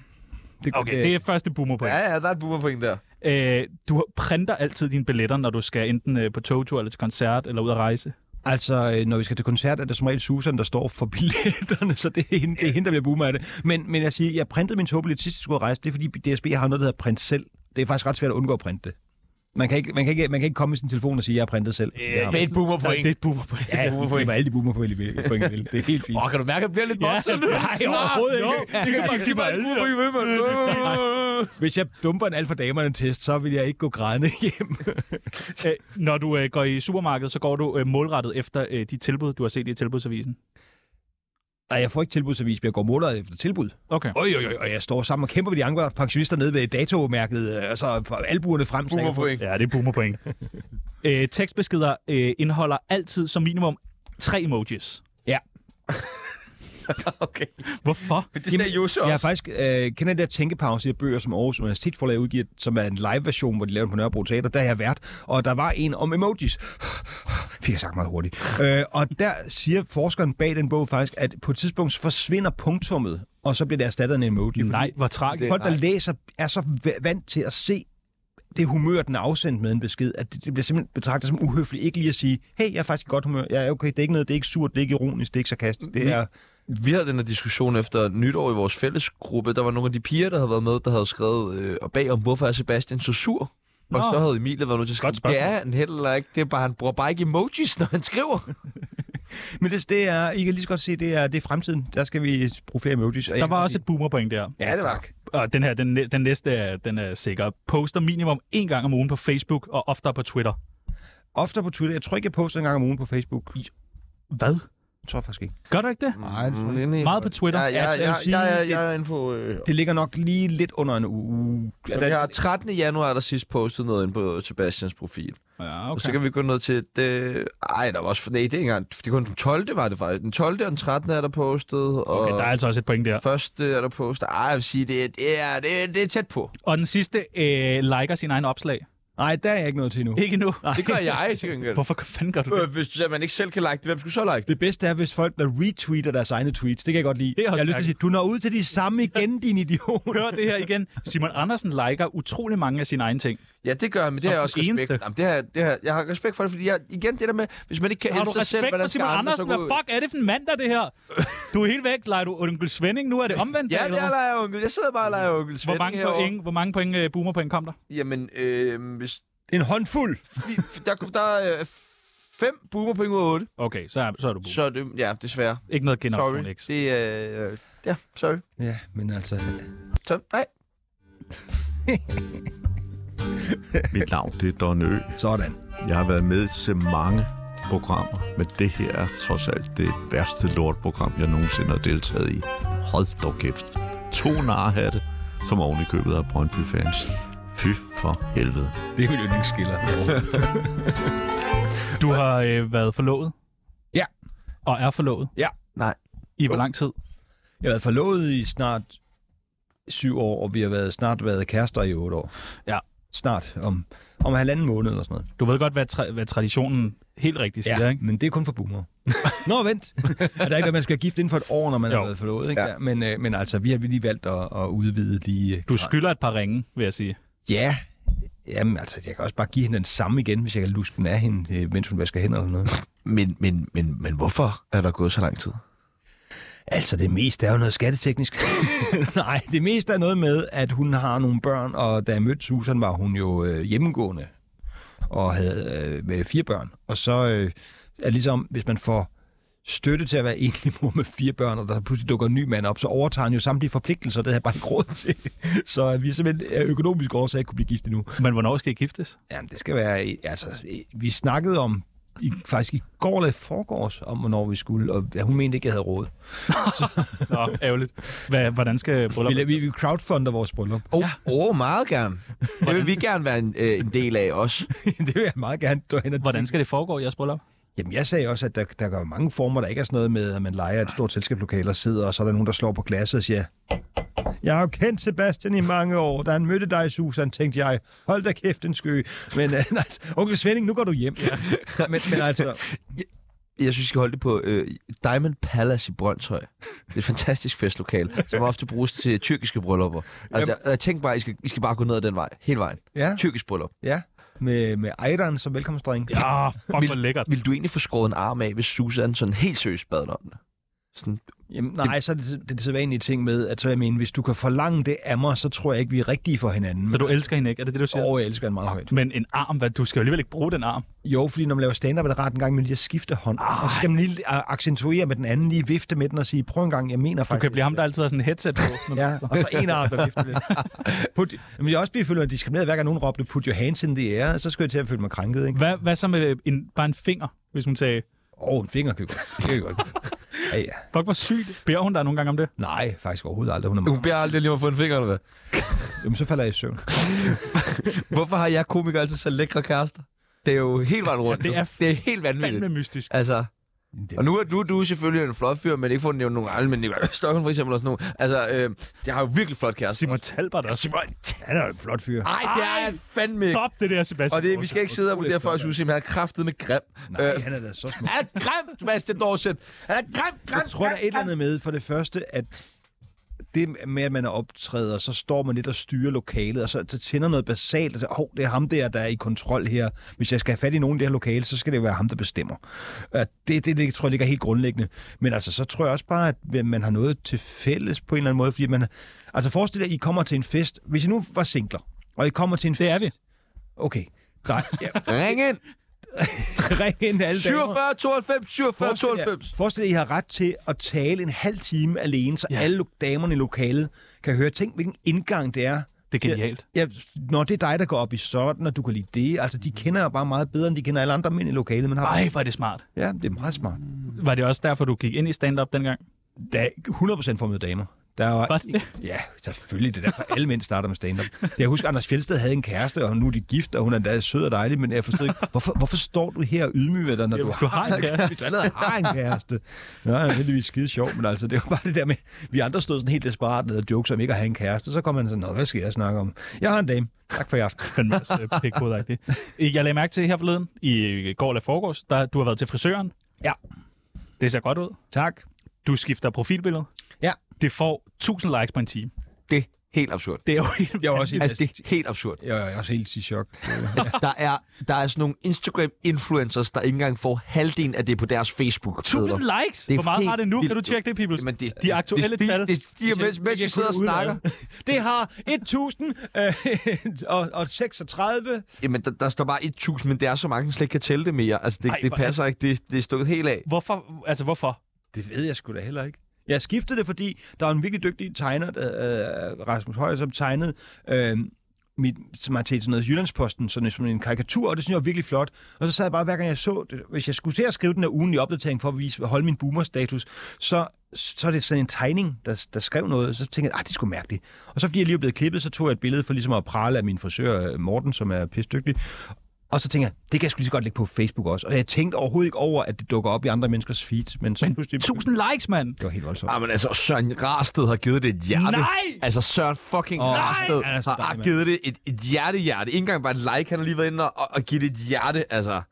[SPEAKER 4] Det,
[SPEAKER 2] Okay, det er første boomer point.
[SPEAKER 1] Ja, ja, der er et boomerpoint der.
[SPEAKER 2] Øh, du printer altid dine billetter, når du skal enten øh, på togtur eller til koncert eller ud at rejse.
[SPEAKER 4] Altså, øh, når vi skal til koncert, er det som regel Susan, der står for billetterne, så det er hende, det er hende der bliver boomer af det. Men, men jeg siger, jeg printede min togbillet sidst, jeg skulle ud at rejse. Det er fordi DSB har noget, der hedder print selv. Det er faktisk ret svært at undgå at printe det. Man kan ikke, man kan ikke, man kan ikke komme i sin telefon og sige, at jeg har printet selv. Øh, det, har man.
[SPEAKER 1] Med et
[SPEAKER 2] Nej, det
[SPEAKER 1] boomerpoint.
[SPEAKER 2] er et boomer point.
[SPEAKER 4] ja, det var alle de boomer på hele vil. Det er helt fint.
[SPEAKER 1] Åh, kan du mærke, at jeg bliver lidt voksen nu?
[SPEAKER 4] Nej, overhovedet ikke.
[SPEAKER 1] Det kan faktisk bare et boomerpoint ved Øh, mig.
[SPEAKER 4] Hvis jeg dumper en alt for damerne test, så vil jeg ikke gå grædende hjem.
[SPEAKER 2] Øh, når du øh, går i supermarkedet, så går du øh, målrettet efter øh, de tilbud, du har set i tilbudsavisen.
[SPEAKER 4] Nej, jeg får ikke tilbudsavis, men jeg går målrettet efter tilbud.
[SPEAKER 2] Okay.
[SPEAKER 4] Øj, øj, øj, og jeg står sammen og kæmper med de andre pensionister nede ved datomærket, øh, og så får albuerne frem. så jeg kan få-
[SPEAKER 1] Boomerpoint.
[SPEAKER 2] Ja, det er boomer point. øh, tekstbeskeder øh, indeholder altid som minimum tre emojis.
[SPEAKER 4] Ja.
[SPEAKER 1] Okay.
[SPEAKER 2] Hvorfor?
[SPEAKER 1] Men det sagde Jose
[SPEAKER 4] Jeg har
[SPEAKER 1] også.
[SPEAKER 4] faktisk øh, kender den der tænkepause i de her bøger, som Aarhus Universitetsforlag udgiver, som er en live-version, hvor de laver den på Nørrebro Teater. Der har jeg været, og der var en om emojis. Fik jeg sagt meget hurtigt. øh, og der siger forskeren bag den bog faktisk, at på et tidspunkt forsvinder punktummet, og så bliver det erstattet af en emoji. fordi
[SPEAKER 2] Nej, hvor tragisk.
[SPEAKER 4] Folk, der læser, er så va- vant til at se det humør, den er afsendt med en besked, at det det bliver simpelthen betragtet som uhøfligt. Ikke lige at sige, hey, jeg er faktisk i godt humør. Jeg er okay, det er ikke noget, det er ikke surt, det er ikke ironisk, det er ikke sarkastisk. Det er,
[SPEAKER 1] Vi havde den her diskussion efter nytår i vores fællesgruppe. Der var nogle af de piger, der havde været med, der havde skrevet øh, og bag om, hvorfor er Sebastian så sur? Og
[SPEAKER 2] Nå.
[SPEAKER 1] så havde Emilie været nødt til at skrive,
[SPEAKER 2] Godt spørgsmål.
[SPEAKER 1] det er han heller ikke. Det er bare, han bruger bare ikke emojis, når han skriver.
[SPEAKER 4] Men det, det er, I kan lige så godt se, det er, det er fremtiden. Der skal vi bruge flere emojis.
[SPEAKER 2] Der var også et boomer point der.
[SPEAKER 1] Ja, det var.
[SPEAKER 2] Og den her, den, næ- den næste, er, den er sikker. Poster minimum en gang om ugen på Facebook og oftere på Twitter.
[SPEAKER 4] Ofte på Twitter. Jeg tror ikke, jeg poster en gang om ugen på Facebook.
[SPEAKER 2] Hvad?
[SPEAKER 4] Jeg tror jeg faktisk ikke.
[SPEAKER 2] Gør du ikke det?
[SPEAKER 4] Nej, det tror jeg
[SPEAKER 1] Mm,
[SPEAKER 2] Meget på Twitter. øh,
[SPEAKER 1] Ja, ja,
[SPEAKER 4] Jeg- jeg vil
[SPEAKER 1] ja,
[SPEAKER 4] sige,
[SPEAKER 1] ja,
[SPEAKER 4] det-
[SPEAKER 1] ja, jeg er inde på... Øh,
[SPEAKER 4] Det ligger nok lige lidt under en uge. Ja,
[SPEAKER 1] Jamen,
[SPEAKER 4] der-
[SPEAKER 1] jeg har 13. januar, er der sidst postet noget ind på Sebastians profil. Okay.
[SPEAKER 2] Ja,
[SPEAKER 1] Og så kan vi gå ned til... Det... Ej, der var også... Nej, det er ikke engang... Det er kun den 12. var det faktisk. Den 12. og den 13. er der postet, og
[SPEAKER 2] Okay, der er altså også et point der.
[SPEAKER 1] første er der postet. Ej, jeg vil sige, det er, det er, det er, det er tæt på.
[SPEAKER 2] Og den sidste øh, liker sin egen opslag.
[SPEAKER 4] Nej, der er jeg ikke noget til endnu.
[SPEAKER 2] Ikke nu.
[SPEAKER 1] Uh. Det gør jeg til gengæld.
[SPEAKER 2] Hvorfor fanden gør du det?
[SPEAKER 1] Øh, Hvis du, at man ikke selv kan like det, hvem skulle så like det?
[SPEAKER 4] Det bedste er, hvis folk der retweeter deres egne tweets. Det kan jeg godt lide.
[SPEAKER 2] Det er også
[SPEAKER 4] jeg har lyst til at sige, du når ud til de samme igen, din idiot.
[SPEAKER 2] Hør det her igen. Simon Andersen liker utrolig mange af sine egne ting.
[SPEAKER 1] Ja, det gør jeg, men det har jeg
[SPEAKER 2] den
[SPEAKER 1] også
[SPEAKER 2] eneste.
[SPEAKER 1] respekt. Jamen, det har, det har, jeg har respekt for det, fordi jeg, igen det der med, hvis man ikke kan
[SPEAKER 2] Har du
[SPEAKER 1] elske sig selv,
[SPEAKER 2] respekt for
[SPEAKER 1] hvordan skal
[SPEAKER 2] Simon
[SPEAKER 1] andre så
[SPEAKER 2] Andersen? Hvad
[SPEAKER 1] gå...
[SPEAKER 2] fuck er det for en mand, der er det her? Du er helt væk. Leger du onkel Svending nu? Er det omvendt?
[SPEAKER 1] Ja,
[SPEAKER 2] eller
[SPEAKER 1] det er
[SPEAKER 2] hvad?
[SPEAKER 1] leger onkel. Jeg sidder bare og leger onkel
[SPEAKER 2] hvor
[SPEAKER 1] Svending
[SPEAKER 2] mange,
[SPEAKER 1] herovre.
[SPEAKER 2] point, hvor mange point, uh, boomerpoint kom der?
[SPEAKER 1] Jamen, øh, hvis
[SPEAKER 4] En håndfuld.
[SPEAKER 1] vi, der, der er øh, fem boomer på ud af otte,
[SPEAKER 2] Okay, så er, så er du boomer.
[SPEAKER 1] så er det, ja, desværre.
[SPEAKER 2] Ikke noget
[SPEAKER 1] Sorry.
[SPEAKER 2] generation X.
[SPEAKER 1] Det er, øh, ja, sorry.
[SPEAKER 4] Ja, men altså...
[SPEAKER 1] Så, nej.
[SPEAKER 7] Mit navn det er Don Ø.
[SPEAKER 4] Sådan.
[SPEAKER 7] Jeg har været med til mange lortprogrammer, men det her er trods alt det værste lortprogram, jeg nogensinde har deltaget i. Hold dog kæft. To narhatte, som oven i købet af Brøndby-fans. Fy for helvede.
[SPEAKER 4] Det er jo yndlingsskiller.
[SPEAKER 2] Du har øh, været forlovet?
[SPEAKER 4] Ja.
[SPEAKER 2] Og er forlovet?
[SPEAKER 4] Ja.
[SPEAKER 1] Nej.
[SPEAKER 2] I hvor lang tid?
[SPEAKER 4] Jeg har været forlovet i snart syv år, og vi har været snart været kærester i otte år.
[SPEAKER 2] Ja.
[SPEAKER 4] Snart. Om, om halvanden måned eller sådan noget.
[SPEAKER 2] Du ved godt, hvad, tra- hvad traditionen helt rigtigt siger, ikke?
[SPEAKER 4] men det er kun for boomer. Nå, vent. er der ikke, at man skal gifte inden for et år, når man
[SPEAKER 2] Jo.
[SPEAKER 4] er været forlovet? Ikke? Ja. Men, øh, men altså, vi har vi lige valgt at, at udvide de... øh,
[SPEAKER 2] Du skylder et par ringe, vil jeg sige.
[SPEAKER 4] Ja. Jamen altså, jeg kan også bare give hende den samme igen, hvis jeg kan luske den af hende, øh, mens hun vasker hænder eller noget.
[SPEAKER 1] Men, men, men, men hvorfor er der gået så lang tid?
[SPEAKER 4] Altså, det meste er jo noget skatteteknisk. Nej, det meste er noget med, at hun har nogle børn, og da jeg mødte Susan, var hun jo øh, hjemmegående og havde øh, med fire børn. Og så øh, er det ligesom, hvis man får støtte til at være enlig mor med fire børn, og der pludselig dukker en ny mand op, så overtager han jo samtlige forpligtelser, det havde jeg bare ikke råd til. Så øh, vi er simpelthen af økonomiske årsager ikke kunne blive gift endnu.
[SPEAKER 2] Men hvornår skal I giftes?
[SPEAKER 4] Jamen, det skal være... i- Altså, i- vi snakkede om i, faktisk i går eller i forgårs, om hvornår vi skulle, og ja, hun mente ikke, jeg havde råd.
[SPEAKER 2] Nå, ærgerligt. Hvad, hvordan skal bryllup...
[SPEAKER 4] Vi, vi, vi crowdfunder vores bryllup.
[SPEAKER 1] Åh, oh, ja. oh, meget gerne. Det vil vi gerne være en, øh, en del af også.
[SPEAKER 4] det vil jeg meget gerne gå hen og
[SPEAKER 2] Hvordan skal det foregå i jeres bryllup?
[SPEAKER 4] Jamen, jeg sagde også, at der, der går mange former, der ikke er sådan noget med, at man leger et stort selskabslokale og sidder, og så er der nogen, der slår på glasset og siger, jeg har jo kendt Sebastian i mange år. Da han mødte dig, Susan, tænkte jeg, hold da kæft, en skø. Men øh, altså, onkel Svending, nu går du hjem. Ja. men, men altså,
[SPEAKER 1] Jeg synes, vi skal holde det på øh, Diamond Palace i Brøndshøj. Det er et fantastisk festlokal, som ofte bruges til tyrkiske bryllupper. Altså, jeg, jeg tænkte bare, I skal, I skal bare gå ned ad den vej, hele vejen.
[SPEAKER 4] ja,
[SPEAKER 1] Tyrkisk bryllup.
[SPEAKER 4] ja. Med, med Ejdan som velkomstdreng.
[SPEAKER 2] Ja, fuck, hvor lækkert.
[SPEAKER 1] Vil du egentlig få skåret en arm af, hvis Susan sådan helt seriøst bad dig om det? Sådan,
[SPEAKER 4] Jamen, nej, så er det det, er det sædvanlige ting med, at så jeg mener, hvis du kan forlange det af mig, så tror jeg ikke, vi er rigtige for hinanden.
[SPEAKER 2] Så du elsker hende ikke? Er det det, du siger?
[SPEAKER 4] Åh, jeg elsker han meget højt.
[SPEAKER 2] Men en arm, hvad? Du skal jo alligevel ikke bruge den arm.
[SPEAKER 4] Jo, fordi når man laver stand-up, er det rart en gang, man lige at skifte hånd. Og så skal man lige øh, accentuere med den anden, lige vifte med den og sige, prøv en gang, jeg mener
[SPEAKER 2] Du
[SPEAKER 4] faktisk...
[SPEAKER 2] kan blive ham, der altid har sådan en headset på.
[SPEAKER 4] Ja, og så en arm, der vifter lidt. Put, men jeg også bliver følt diskrimineret, hver gang nogen råbte, put your hands in the air, så skulle jeg til at føle mig krænket, ikke?
[SPEAKER 2] Hvad, hvad så med øh, en, bare en finger, hvis hun sagde,
[SPEAKER 4] Åh, oh, en finger kan jeg godt. Det kan jeg godt. Ja, ja.
[SPEAKER 2] fuck, hvor sygt. Beder hun dig nogle gange om det?
[SPEAKER 4] Nej, faktisk overhovedet aldrig. Hun er
[SPEAKER 1] hun
[SPEAKER 4] meget.
[SPEAKER 1] beder aldrig lige om at få en finger, eller hvad?
[SPEAKER 4] Jamen, så falder jeg i søvn.
[SPEAKER 1] Hvorfor har jeg komikere altid så lækre kærester? Det er jo helt vejen rundt.
[SPEAKER 2] Ja, det er
[SPEAKER 1] nu. det er helt vanvittigt.
[SPEAKER 2] Fandme mystisk.
[SPEAKER 1] Altså,
[SPEAKER 4] Det-
[SPEAKER 1] og nu er, nu er du selvfølgelig en flot fyr, men ikke for at nævne nogen andre, men Nicolai Stockholm for eksempel og sådan nogen. Altså, øh, jeg har jo virkelig flot kæreste.
[SPEAKER 2] Simon Talbert også.
[SPEAKER 1] Simon.
[SPEAKER 4] Han er jo en flot fyr.
[SPEAKER 1] Ej, det er han fandme ikke.
[SPEAKER 2] Stop det der, Sebastian.
[SPEAKER 1] Og det, vi skal ikke sidde og vurdere for, at Susim han er kraftet med grim.
[SPEAKER 4] Nej,
[SPEAKER 1] Øh,
[SPEAKER 4] han er da så smuk.
[SPEAKER 1] han er grim, Sebastian Dorset. Han er grim, grim,
[SPEAKER 4] Jeg tror, der er et eller andet med, for det første, at det med, at man er optræder, så står man lidt og styrer lokalet, og så, så tænder noget basalt, og så, oh, det er ham der, der er i kontrol her. Hvis jeg skal have fat i nogen i det her lokale, så skal det jo være ham, der bestemmer. Øh, Det, det, det tror jeg ligger helt grundlæggende. Men altså, så tror jeg også bare, at hvem man har noget til fælles på en eller anden måde, fordi man... Altså forestil jer, at I kommer til en fest. Hvis I nu var singler, og I kommer til en fest...
[SPEAKER 2] Det er vi.
[SPEAKER 4] Okay. Nej, ja,
[SPEAKER 1] Ring ind.
[SPEAKER 4] ring ind alle damer.
[SPEAKER 1] 47, 92, 47,
[SPEAKER 4] Forestil jer-
[SPEAKER 1] 92.
[SPEAKER 4] Forestil jer, I har ret til at tale en halv time alene, så ja. alle lo- damerne i lokalet kan høre. Tænk, hvilken indgang det er.
[SPEAKER 2] Det er genialt.
[SPEAKER 4] Ja, når det er dig, der går op i sådan, og du kan lide det. Altså, de kender jo bare meget bedre, end de kender alle andre mænd i lokalet. Men har...
[SPEAKER 2] Ej, hvor er det smart.
[SPEAKER 4] Ja, det er meget smart.
[SPEAKER 2] Var det også derfor, du gik ind i stand-up dengang?
[SPEAKER 4] Der er 100% for at møde damer. Der var,
[SPEAKER 2] Var det?
[SPEAKER 4] Ja, selvfølgelig. Det er derfor, alle mænd starter med stand-up. Jeg husker, Anders Fjeldsted havde en kæreste, og nu er de gift, og hun er da sød og dejlig, men jeg forstod ikke, hvorfor, hvorfor står du her og ydmyger dig, når
[SPEAKER 2] Ja,
[SPEAKER 4] du
[SPEAKER 2] hvis du har en kæreste.
[SPEAKER 4] hvis du allerede har en kæreste. Nå, det er heldigvis skide sjovt, men altså, det var bare det der med, vi andre stod sådan helt desperat og lavede jokes om ikke at have en kæreste, så kom han sådan, Nå, hvad skal jeg snakke om? Jeg har en dame. Tak for i aften.
[SPEAKER 2] Fandme også øh, pikhoved-agtigt. Øh, Jeg lagde mærke til her forleden, i øh, går eller forgårs, der du har været til frisøren.
[SPEAKER 4] Ja.
[SPEAKER 2] Det ser godt ud.
[SPEAKER 4] Tak.
[SPEAKER 2] Du skifter profilbillede.
[SPEAKER 4] Ja.
[SPEAKER 2] Det får 1000 likes på en time.
[SPEAKER 1] Det er helt absurd.
[SPEAKER 2] Det er jo helt...
[SPEAKER 4] Jeg var også helt,
[SPEAKER 1] Altså, det er helt absurd.
[SPEAKER 4] jeg var også helt i chok.
[SPEAKER 1] Der er, der er sådan nogle Instagram-influencers, der ikke engang får halvdelen af det på deres facebook
[SPEAKER 2] 1000 likes?
[SPEAKER 1] Det er
[SPEAKER 2] Hvor meget
[SPEAKER 1] helt
[SPEAKER 2] har det nu? Kan du
[SPEAKER 1] vildt,
[SPEAKER 2] tjekke det, Peoples?
[SPEAKER 1] Jamen, det,
[SPEAKER 2] De aktuelle
[SPEAKER 1] det, stiger-
[SPEAKER 2] tal.
[SPEAKER 1] Det stiger, mens, mens vi sidder og snakker.
[SPEAKER 4] Det har 1000 øh, og, og 36
[SPEAKER 1] Jamen, der, der står bare 1000, men det er så mange, der slet ikke kan tælle det mere. Altså, det,
[SPEAKER 2] Ej,
[SPEAKER 1] Ej, det
[SPEAKER 2] hvor er-
[SPEAKER 1] passer ikke. Det, det er stukket helt af.
[SPEAKER 2] Hvorfor? Altså, hvorfor?
[SPEAKER 4] Det ved jeg sgu da heller ikke. Jeg skiftede det, fordi der var en virkelig dygtig tegner, der, øh, Rasmus Højer, som tegnede øh, mit, som er til sådan noget Jyllandsposten, sådan som en karikatur, og det synes jeg var virkelig flot. Og så sad jeg bare, hver gang jeg så det, hvis jeg skulle til at skrive den her ugenlige opdatering for at vise, holde min boomer-status, så, så er det sådan en tegning, der, der skrev noget, og så tænkte jeg, at det skulle mærkeligt. Og så fordi jeg lige er blevet klippet, så tog jeg et billede for ligesom at prale af min frisør øh, Morten, som er pisse dygtig. Og så tænker jeg, det kan jeg sgu lige så godt lægge på Facebook også. Og jeg tænkte overhovedet ikke over, at det dukker op i andre menneskers feeds, men så men pludselig...
[SPEAKER 2] Tusind likes, mand!
[SPEAKER 4] Det var helt voldsomt.
[SPEAKER 1] Ah, men altså, Søren Rarsted har givet det et hjerte.
[SPEAKER 2] Nej!
[SPEAKER 1] Altså, Søren fucking oh,
[SPEAKER 4] Åh,
[SPEAKER 1] Rarsted
[SPEAKER 4] han er så
[SPEAKER 1] har, har
[SPEAKER 4] dejlig, mand.
[SPEAKER 1] givet det et, et hjerte-hjerte. Ikke engang bare et like, han har lige været inde og, og givet det et hjerte, altså.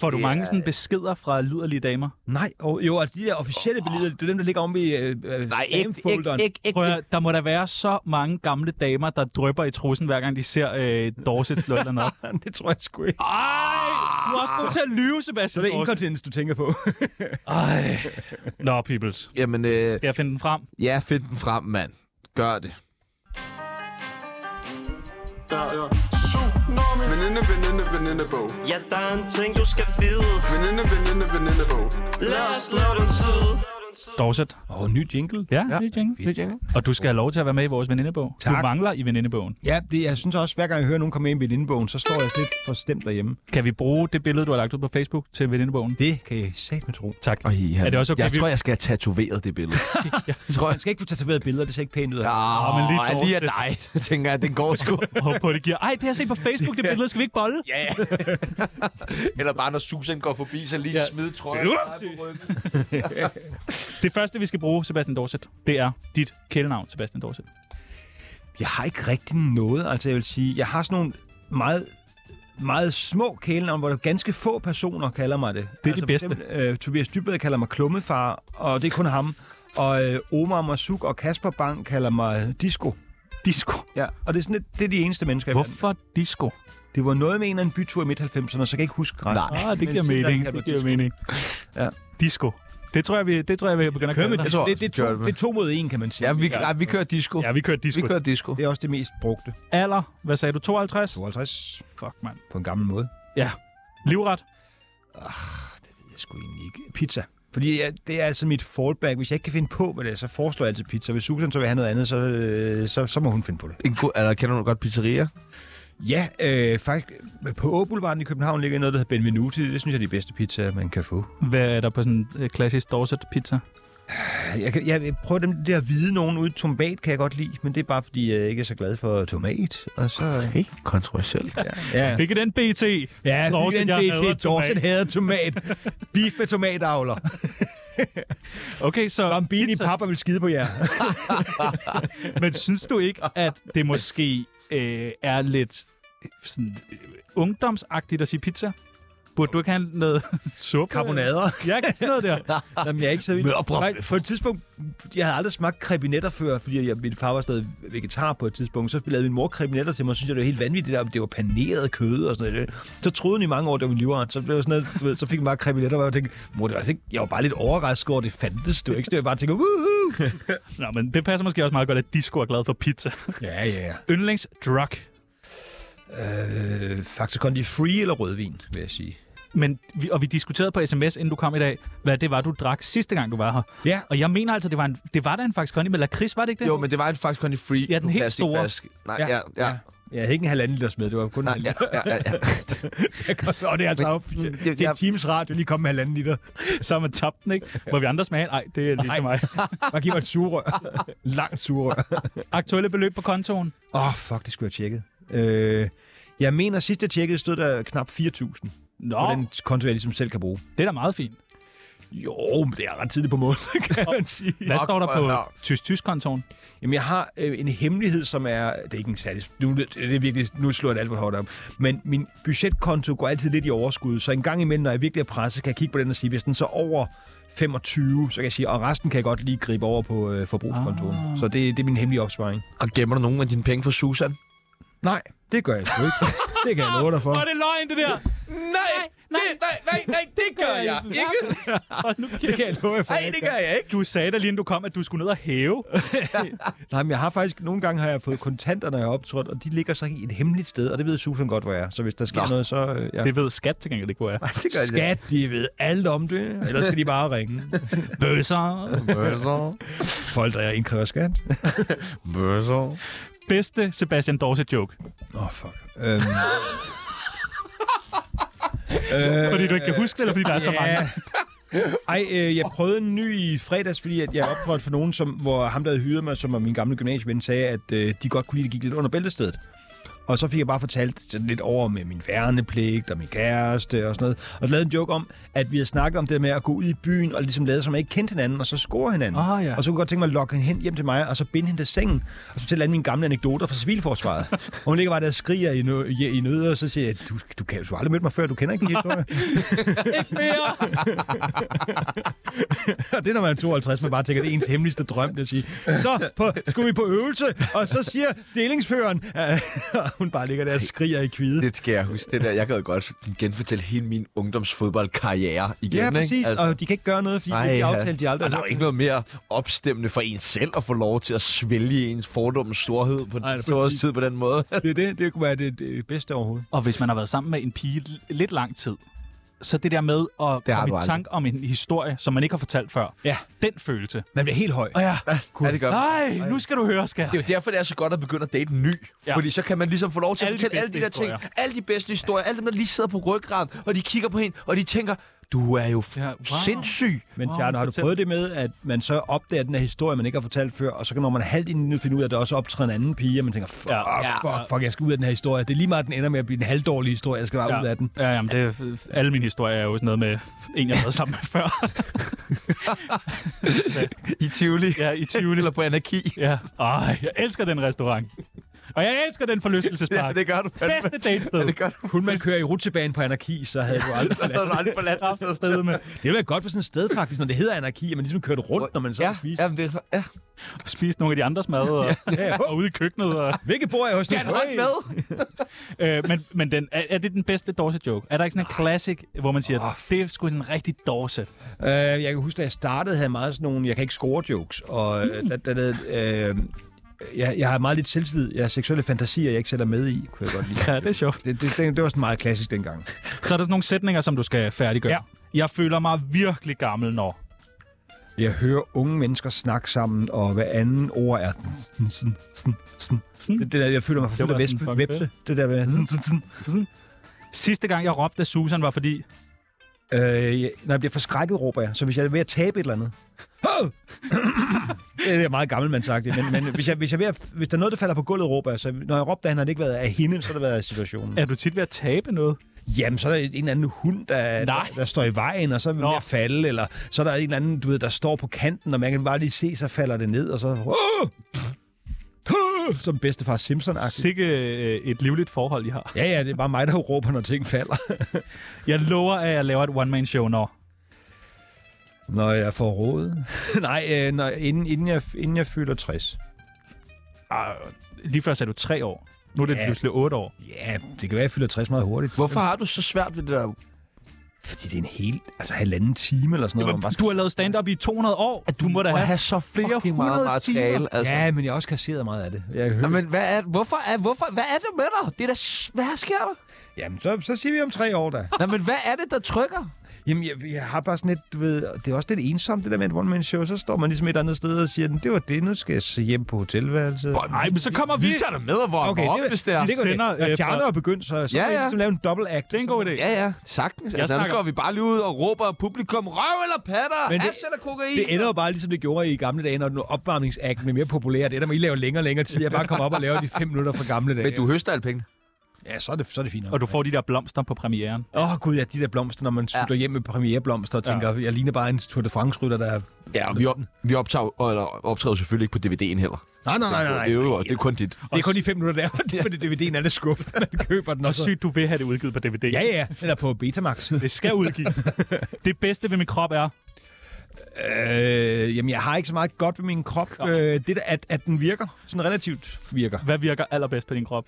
[SPEAKER 2] Får du
[SPEAKER 1] Det
[SPEAKER 2] mange
[SPEAKER 1] er-
[SPEAKER 2] sådan beskeder fra liderlige damer?
[SPEAKER 4] Nej, og, jo, altså de der officielle billeder, det er dem, der ligger om i øh, øh,
[SPEAKER 1] Nej, ikke, ikke,
[SPEAKER 4] spamfolderen.
[SPEAKER 1] ikke,
[SPEAKER 2] Prøv at,
[SPEAKER 1] ikke.
[SPEAKER 2] høre, der må der være så mange gamle damer, der drøber i trussen, hver gang de ser øh, Dorset slå et eller noget.
[SPEAKER 4] Det tror jeg sgu ikke.
[SPEAKER 2] Ej, du er også god til at lyve,
[SPEAKER 4] Så
[SPEAKER 2] Sebastian
[SPEAKER 4] det er
[SPEAKER 2] Dorset.
[SPEAKER 4] inkontinens, du tænker på.
[SPEAKER 2] Ej. Nå, peoples.
[SPEAKER 1] Jamen, øh,
[SPEAKER 2] Skal jeg finde den frem?
[SPEAKER 1] ja, find den frem, mand. Gør det.
[SPEAKER 8] Der er tsunami Veninde, veninde, venindebog
[SPEAKER 9] Ja, der er en ting, du skal vide.
[SPEAKER 8] Veninde, veninde, venindebog
[SPEAKER 9] Lad os lave den tid.
[SPEAKER 2] Dorset.
[SPEAKER 4] Åh, oh, ny jingle.
[SPEAKER 2] Ja, ja. Det, er Jenny.
[SPEAKER 4] Fedt.
[SPEAKER 2] Og du skal have lov til at være med i vores venindebog. Tak. Du mangler i venindebogen.
[SPEAKER 4] Ja, det, jeg synes også, hver gang jeg hører nogen komme ind i indbogen, så står jeg lidt forstemt derhjemme.
[SPEAKER 2] Kan vi bruge det billede, du har lagt ud på Facebook til venindebogen?
[SPEAKER 4] Det kan jeg satme tro.
[SPEAKER 2] Tak.
[SPEAKER 1] Og ja,
[SPEAKER 2] Er det også okay,
[SPEAKER 1] jeg
[SPEAKER 2] vi-
[SPEAKER 1] tror, jeg skal have tatoveret det billede. Det tror
[SPEAKER 4] Man
[SPEAKER 1] jeg.
[SPEAKER 4] skal ikke få tatoveret billeder, det ser ikke pænt ud.
[SPEAKER 1] Ja,
[SPEAKER 4] Ja.
[SPEAKER 2] men lige
[SPEAKER 1] lige, lige af
[SPEAKER 2] Dorset.
[SPEAKER 1] dig, tænker jeg, den går sgu.
[SPEAKER 2] Håber på, det giver. Ej, det har jeg set på Facebook, det billede. Skal vi ikke bolle?
[SPEAKER 1] Ja. Eller bare, når Susan går forbi, så lige ja. smide trøjen.
[SPEAKER 2] Det første, vi skal bruge, Sebastian Dorset, det er dit kælenavn, Sebastian Dorset.
[SPEAKER 4] Jeg har ikke rigtig noget, altså jeg vil sige. Jeg har sådan nogle meget meget små kælenavn, hvor der ganske få personer kalder mig det.
[SPEAKER 2] de
[SPEAKER 4] altså, for
[SPEAKER 2] bedste.
[SPEAKER 4] Eksempel, øh, Tobias Dybred kalder mig klummefar, og det er kun ham. Og øh, Omar Masuk og Kasper Bang kalder mig Disco.
[SPEAKER 2] Disco.
[SPEAKER 4] Ja, og det er sådan lidt, det er de eneste mennesker, jeg
[SPEAKER 2] Hvorfor disco?
[SPEAKER 4] Det var noget med en eller anden bytur i midt-90'erne, så kan jeg ikke huske ret.
[SPEAKER 1] Nej.
[SPEAKER 2] Ah, det
[SPEAKER 4] Men
[SPEAKER 2] giver
[SPEAKER 4] siden da
[SPEAKER 2] mening.
[SPEAKER 4] kan du
[SPEAKER 2] Det giver
[SPEAKER 4] disco.
[SPEAKER 2] mening.
[SPEAKER 4] Ja.
[SPEAKER 2] Disco. Det tror jeg, vi, det tror jeg, vi begynder at kalde
[SPEAKER 1] Jeg
[SPEAKER 2] dig.
[SPEAKER 1] tror
[SPEAKER 4] Det, det, er
[SPEAKER 1] gør
[SPEAKER 4] to, det er to mod en, kan man sige.
[SPEAKER 1] Ja, vi, ja, vi kører disco.
[SPEAKER 2] Ja, vi kører
[SPEAKER 1] Vi
[SPEAKER 2] disco.
[SPEAKER 1] kører disco.
[SPEAKER 4] Det er også det mest brugte.
[SPEAKER 2] Alder, hvad sagde du? 52?
[SPEAKER 4] 52
[SPEAKER 2] Fuck, mand.
[SPEAKER 4] på en gammel måde.
[SPEAKER 2] Ja. Livret?
[SPEAKER 4] Jeg skulle egentlig ikke. Pizza. Fordi jeg, det er altså mit fallback. Hvis jeg ikke kan finde på, hvad det er, så foreslår jeg altid pizza. Hvis Susan så vil have noget andet, så, øh, så, så må hun finde på det.
[SPEAKER 1] En god, eller kender du godt pizzeria?
[SPEAKER 4] Ja, øh, faktisk på Åboulevarden i København ligger noget, der hedder Benvenuti. Det synes jeg er de bedste pizzaer, man kan få.
[SPEAKER 2] Hvad er der på sådan en øh, klassisk Dorset-pizza?
[SPEAKER 4] Jeg, kan, jeg prøver dem der hvide nogen ude. Tomat kan jeg godt lide, men det er bare, fordi jeg ikke er så glad for tomat. Og så...
[SPEAKER 1] Hey, kontroversielt. Ja.
[SPEAKER 4] Ja.
[SPEAKER 2] Ikke den BT.
[SPEAKER 4] Ja,
[SPEAKER 2] Dorset,
[SPEAKER 4] Dorset,
[SPEAKER 2] jeg
[SPEAKER 4] det
[SPEAKER 2] hader
[SPEAKER 4] er Dorset hader tomat. Beef med tomatavler.
[SPEAKER 2] Okay, så...
[SPEAKER 4] Bambini pappa vil skide på jer.
[SPEAKER 2] Men synes du ikke, at det måske øh, er lidt øh, sådan, øh, ungdomsagtigt at sige pizza? Burde du ikke have noget suppe?
[SPEAKER 4] Karbonader.
[SPEAKER 2] Ja, sådan noget der.
[SPEAKER 4] Jamen, jeg er ikke så vild.
[SPEAKER 1] Mørbrød.
[SPEAKER 4] Nej, På et tidspunkt, jeg havde aldrig smagt krebinetter før, fordi jeg, min far var stadig vegetar på et tidspunkt. Så lavede min mor krebinetter til mig, og synes jeg, det var helt vanvittigt, der, om det var paneret kød og sådan noget. Så troede hun i mange år, det var min livret. Så, blev jeg sådan noget, du ved, så fik jeg bare krebinetter, og jeg tænkte, mor, det var altså ikke, jeg var bare lidt overrasket over, at det fandtes. Det var ikke, sådan, at jeg bare tænkte, uhuh.
[SPEAKER 2] Nå, men det passer måske også meget godt, at disco er glad for pizza.
[SPEAKER 4] Ja, ja, ja.
[SPEAKER 2] Yndlingsdrug.
[SPEAKER 4] Øh, faktisk kun de free eller rødvin, vil jeg sige.
[SPEAKER 2] Men, vi, og vi diskuterede på sms, inden du kom i dag, hvad det var, du drak sidste gang, du var her.
[SPEAKER 4] Ja.
[SPEAKER 2] Og jeg mener altså, det var, en, det var da en faktisk kondi med lakrids, var det ikke det?
[SPEAKER 1] Jo, men det var en faktisk kun i free.
[SPEAKER 2] Ja, den helt
[SPEAKER 1] plastikflaske. Nej, ja, ja, ja.
[SPEAKER 4] Jeg havde ikke en halvanden liters med, det var kun
[SPEAKER 1] Nej,
[SPEAKER 4] en
[SPEAKER 1] ja, ja, ja, ja.
[SPEAKER 4] Og det er altså op.
[SPEAKER 2] Mm.
[SPEAKER 1] jeg-
[SPEAKER 4] Det er
[SPEAKER 1] jeg-
[SPEAKER 4] Teams Radio, lige kom med halvanden liter.
[SPEAKER 2] Så har man tabt den, ikke? Må vi andre smage? Nej, det er lige til mig.
[SPEAKER 4] Bare giv mig et sugerør. Langt sugerør.
[SPEAKER 2] Aktuelle beløb på kontoen?
[SPEAKER 4] Åh, oh, fuck, det skulle jeg have tjekket. Øh, jeg mener, sidst jeg tjekkede, stod der knap 4.000.
[SPEAKER 2] Nå,
[SPEAKER 4] På den konto, jeg ligesom selv kan bruge.
[SPEAKER 2] det er da meget fint.
[SPEAKER 4] Jo, men det er ret tidligt på måneden, kan man sige.
[SPEAKER 2] Hvad står der
[SPEAKER 1] hvor er
[SPEAKER 2] på tysk-tysk-kontoen?
[SPEAKER 4] Jamen, jeg har øh, en hemmelighed, som er... Det er ikke en særlig... Nu, det er virkelig, nu slår jeg det alt for hårdt op. Men min budgetkonto går altid lidt i overskud, så en gang imellem, når jeg virkelig er presset, kan jeg kigge på den og sige, hvis den så er over 25, så kan jeg sige, og resten kan jeg godt lige gribe over på øh, forbrugskontoen. Ah. Så det, det er min hemmelige opsparing.
[SPEAKER 1] Og gemmer du nogen af dine penge for Susan?
[SPEAKER 4] Nej, det gør jeg sgu ikke. det kan jeg love dig for.
[SPEAKER 2] Var det løgn, det der?
[SPEAKER 1] Nej, nej, nej, nej, nej, det gør jeg ikke.
[SPEAKER 2] Hold nu kæft.
[SPEAKER 4] Det kan jeg love jer for.
[SPEAKER 1] Nej, det gør jeg ikke.
[SPEAKER 2] Du sagde da lige inden du kom, at du skulle ned og hæve.
[SPEAKER 4] Nej, men jeg har faktisk, nogle gange har jeg fået kontanter, når jeg er optrådt, og de ligger så i et hemmeligt sted, og det ved Susan godt, hvor jeg er. Så hvis der sker Nå. noget, så... Øh, ja.
[SPEAKER 2] Det ved skat til gengæld ikke, hvor jeg er.
[SPEAKER 1] Det gør jeg
[SPEAKER 4] Skat, de ved alt om det. Ellers skal de bare ringe.
[SPEAKER 2] Bøsser.
[SPEAKER 1] Bøsser,
[SPEAKER 4] Folk, der indkræver skat.
[SPEAKER 1] bøsser.
[SPEAKER 2] bedste Sebastian Dorset-joke,
[SPEAKER 4] Åh, oh, fuck. Øhm,
[SPEAKER 1] Øh,
[SPEAKER 2] fordi du ikke kan huske det, eller fordi der er så mange.
[SPEAKER 4] Ej, øh, jeg prøvede en ny i fredags, fordi at jeg optrådte for nogen, som, hvor ham, der havde hyret mig, som var min gamle gymnasieven, sagde, at øh, de godt kunne lide, at det gik lidt under bæltestedet. Og så fik jeg bare fortalt sådan lidt over med min værnepligt og min kæreste og sådan noget. Og så lavede en joke om, at vi havde snakket om det med at gå ud i byen og ligesom lade som om man ikke kendte hinanden, og så score hinanden.
[SPEAKER 2] Ah, ja.
[SPEAKER 4] Og så kunne jeg godt tænke mig at lokke hende hen hjem til mig, og så binde hende til sengen, og så fortælle alle mine gamle anekdoter fra civilforsvaret. og hun ligger bare der og skriger i, nø- i, i nød, og så siger jeg, du, du, kan, du har aldrig mødt mig før, du kender ikke min historie.
[SPEAKER 2] Mere.
[SPEAKER 4] Og det er, når man er 52, man bare tænker, det er ens hemmeligste drøm, det at sige. Så på, skulle vi på øvelse, og så siger stillingsføreren, at hun bare ligger der og skriger i kvide.
[SPEAKER 1] Det skal jeg huske, det der. Jeg kan jo godt genfortælle hele min ungdomsfodboldkarriere igen,
[SPEAKER 4] Ja, præcis,
[SPEAKER 1] ikke?
[SPEAKER 4] altså, og de kan ikke gøre noget, fordi Ej, det er aftalt, de aldrig
[SPEAKER 1] Og der er jo ikke noget mere opstemmende for en selv at få lov til at svælge ens fordommens storhed på
[SPEAKER 4] Nej,
[SPEAKER 1] Ej,
[SPEAKER 4] præcis.
[SPEAKER 1] tid på den måde.
[SPEAKER 4] Det, er det, det kunne være det, det bedste overhovedet.
[SPEAKER 2] Og hvis man har været sammen med en pige l- lidt lang tid, så det der med at
[SPEAKER 1] har
[SPEAKER 2] komme
[SPEAKER 1] du
[SPEAKER 2] i
[SPEAKER 1] aldrig.
[SPEAKER 2] tanke om en historie, som man ikke har fortalt før,
[SPEAKER 4] Ja.
[SPEAKER 2] den følelse.
[SPEAKER 4] Man bliver helt høj.
[SPEAKER 2] Og ja,
[SPEAKER 1] Cool. Ja, det gør man.
[SPEAKER 2] nej, nu skal du høre, skat.
[SPEAKER 1] Det er jo derfor, det er så godt at begynde at date en ny.
[SPEAKER 2] Ja.
[SPEAKER 1] Ja. Fordi så kan man ligesom få lov til at
[SPEAKER 2] Alle de
[SPEAKER 1] fortælle alle de
[SPEAKER 2] bedste
[SPEAKER 1] der ting.
[SPEAKER 2] historier.
[SPEAKER 1] Alle de bedste historier. Alle dem, der lige sidder på ryggraden, og de kigger på hende, og de tænker, du er jo f-
[SPEAKER 2] Ja,
[SPEAKER 1] ja,
[SPEAKER 2] wow.
[SPEAKER 1] wow. sindssyg.
[SPEAKER 4] Men
[SPEAKER 2] Wow,
[SPEAKER 4] Tjarno, har du
[SPEAKER 2] fortæl.
[SPEAKER 4] prøvet det med, at man så opdager den her historie, man ikke har fortalt før, og så kan når man halvt inden nu finde ud af, at der også optræder en anden pige, og man tænker, fuck,
[SPEAKER 2] Ja, ja.
[SPEAKER 4] ja, fuck, fuck, jeg skal ud af den her historie. Det er lige meget, at den ender med at blive en halvdårlig historie, jeg skal bare ja. ud af den.
[SPEAKER 2] Ja, jamen, det, er- alle mine historier er jo sådan noget med en, jeg har været sammen med før.
[SPEAKER 1] I Tivoli.
[SPEAKER 2] ja, i Tivoli.
[SPEAKER 1] Eller på anarki.
[SPEAKER 2] Ja. Ej, jeg elsker den restaurant. Og jeg elsker den forlystelsespark.
[SPEAKER 1] Ja, det gør du fandme.
[SPEAKER 2] Bedste datested.
[SPEAKER 1] Ja, det gør du.
[SPEAKER 4] Kun man kører i rutsjebanen på anarki, så havde du aldrig
[SPEAKER 1] Så er du aldrig forladt det sted.
[SPEAKER 2] Sted med
[SPEAKER 4] Det ville være godt for sådan et sted, faktisk, når det hedder anarki, at man ligesom kørte rundt, når man så
[SPEAKER 1] Ja,
[SPEAKER 4] spiste.
[SPEAKER 1] jamen, det er, ja.
[SPEAKER 2] at spise nogle af de andres mad, og,
[SPEAKER 4] Ja.
[SPEAKER 2] og ude i køkkenet. Og,
[SPEAKER 4] Hvilket bord er hos
[SPEAKER 1] Kan du ikke med?
[SPEAKER 2] øh, men men den, er, er det den bedste Dorset-joke? Er der ikke sådan
[SPEAKER 1] Ah.
[SPEAKER 2] en classic, hvor man siger, det er sgu sådan en rigtig Dorset?
[SPEAKER 4] Øh, jeg kan huske, da jeg startede, havde jeg meget sådan nogle, jeg kan ikke score jokes, og mm. da, da, da, øh, jeg, jeg har meget lidt selvtillid. Jeg har seksuelle fantasier, jeg ikke selv er med i, kunne jeg godt lide.
[SPEAKER 2] Ja, det er sjovt.
[SPEAKER 4] Det, det, det, det var sådan meget klassisk dengang.
[SPEAKER 2] Så er der sådan nogle sætninger, som du skal færdiggøre.
[SPEAKER 4] Ja.
[SPEAKER 2] Jeg føler mig virkelig gammel, når...
[SPEAKER 4] Jeg hører unge mennesker snakke sammen, og hver anden ord er sådan, sådan, sådan, sådan.
[SPEAKER 2] Sådan.
[SPEAKER 4] Det, det der, jeg føler mig for
[SPEAKER 2] Det
[SPEAKER 4] fuld
[SPEAKER 2] var
[SPEAKER 4] af
[SPEAKER 2] sådan,
[SPEAKER 4] vespe,
[SPEAKER 2] fuck
[SPEAKER 4] vepse. Det der med sådan, sådan, sådan.
[SPEAKER 2] Sidste gang, jeg råbte af Susan, var fordi...
[SPEAKER 4] Øh, jeg, når jeg bliver forskrækket, råber jeg. Så hvis jeg er ved at tabe et eller andet... Hov! det er meget gammelmandsagtigt, men, men hvis, jeg, hvis, jeg er ved at, hvis der er noget, der falder på gulvet, råber jeg. Så når jeg råbte, at han har det ikke været af hende, så har det været af situationen.
[SPEAKER 2] Er du tit ved at tabe noget?
[SPEAKER 4] Jamen, så er der en eller anden hund, der, der,
[SPEAKER 2] Nej.
[SPEAKER 4] der står i vejen, og så vil
[SPEAKER 2] Nå.
[SPEAKER 4] jeg falde. Eller så er der en eller anden, du ved, der står på kanten, og man kan bare lige se, så falder det ned, og så... Åh! Åh! Som bedstefar simpson -agtigt.
[SPEAKER 2] Sikke øh, et livligt forhold, I har.
[SPEAKER 4] Ja, ja, det er bare mig, der råber, når ting falder.
[SPEAKER 2] Jeg lover, at jeg laver et one-man-show, når...
[SPEAKER 4] Når jeg får råd. Nej, øh, når, inden, inden, jeg, inden jeg fylder 60.
[SPEAKER 2] Ah, lige før sagde du tre år. Nu er det
[SPEAKER 4] Ja.
[SPEAKER 2] pludselig otte år.
[SPEAKER 4] Ja, det kan være, at jeg fylder 60 meget hurtigt.
[SPEAKER 1] Hvorfor har du så svært ved det der?
[SPEAKER 4] Fordi det er en hel, altså halvanden time eller sådan noget. hvor man bare skal-
[SPEAKER 2] Du har lavet stand-up i 200 år. At du må da
[SPEAKER 1] Må
[SPEAKER 2] have...
[SPEAKER 1] have så fucking meget
[SPEAKER 2] hundrede
[SPEAKER 1] materiale. Altså.
[SPEAKER 4] Ja, men jeg har også kasseret meget af det. Jeg hører...
[SPEAKER 1] Jamen, hvad er, hvorfor er, hvorfor, hvad er det med dig? Det er da, s- hvad sker der?
[SPEAKER 4] Jamen, så, så siger vi om tre år da.
[SPEAKER 1] Nej, men hvad er det, der trykker?
[SPEAKER 4] Jamen, jeg, jeg har bare sådan lidt, du ved, det er også lidt ensomt, det der med et one-man-show. Så står man ligesom et andet sted og siger, det var det, nu skal jeg så hjem på hotelværelset. Bon,
[SPEAKER 2] Nej, men så kommer vi.
[SPEAKER 1] Vi tager dig med og vågner okay, op, hvis det er.
[SPEAKER 4] det går
[SPEAKER 2] Sender,
[SPEAKER 4] det. Når
[SPEAKER 2] øh,
[SPEAKER 4] Tjarno
[SPEAKER 2] fra-
[SPEAKER 4] er begyndt, så, så
[SPEAKER 1] Ja,
[SPEAKER 4] ja, ja.
[SPEAKER 1] ja.
[SPEAKER 4] ligesom lave en dobbelt act.
[SPEAKER 2] Det er en god idé.
[SPEAKER 1] Ja, ja, sagtens.
[SPEAKER 2] Jeg
[SPEAKER 1] Altså, snakker...
[SPEAKER 2] snakker-
[SPEAKER 1] nu går vi bare lige ud og råber af publikum, røv eller patter,
[SPEAKER 4] Men
[SPEAKER 1] Men
[SPEAKER 4] det-
[SPEAKER 1] det... eller kokain.
[SPEAKER 4] Det ender jo bare ligesom det gjorde i gamle dage, når den opvarmningsakten blev mere populær. Det ender med, at I laver længere og længere tid. Jeg bare kommer op og laver de fem minutter fra gamle dage.
[SPEAKER 1] Men du høster alle pengene.
[SPEAKER 4] Ja, så er det, så er det fint. nok.
[SPEAKER 2] Og du får de der blomster på premieren.
[SPEAKER 4] Åh oh, gud, ja, de der blomster, når man slutter ja. hjem med premiereblomster og tænker, ja. jeg ligner bare en Tour de France-rytter, der er...
[SPEAKER 1] Ja, og vi, op, vi optager, eller optræder selvfølgelig ikke på DVD'en heller.
[SPEAKER 4] Nej, nej, nej, nej.
[SPEAKER 1] Det
[SPEAKER 4] nej.
[SPEAKER 1] er jo det er kun dit.
[SPEAKER 4] Det er kun de fem minutter der, det er på det DVD'en er det skuffet, man køber den
[SPEAKER 2] Og
[SPEAKER 4] også.
[SPEAKER 2] sygt, du vil have det udgivet på DVD.
[SPEAKER 4] Altså- Ja, ja, eller på Betamax.
[SPEAKER 2] Det skal udgives. det bedste ved min krop er...
[SPEAKER 4] Øh, jamen, jeg har ikke så meget godt ved min krop. Øh, det der, at, at den virker, sådan relativt virker.
[SPEAKER 2] Hvad virker allerbedst på din krop?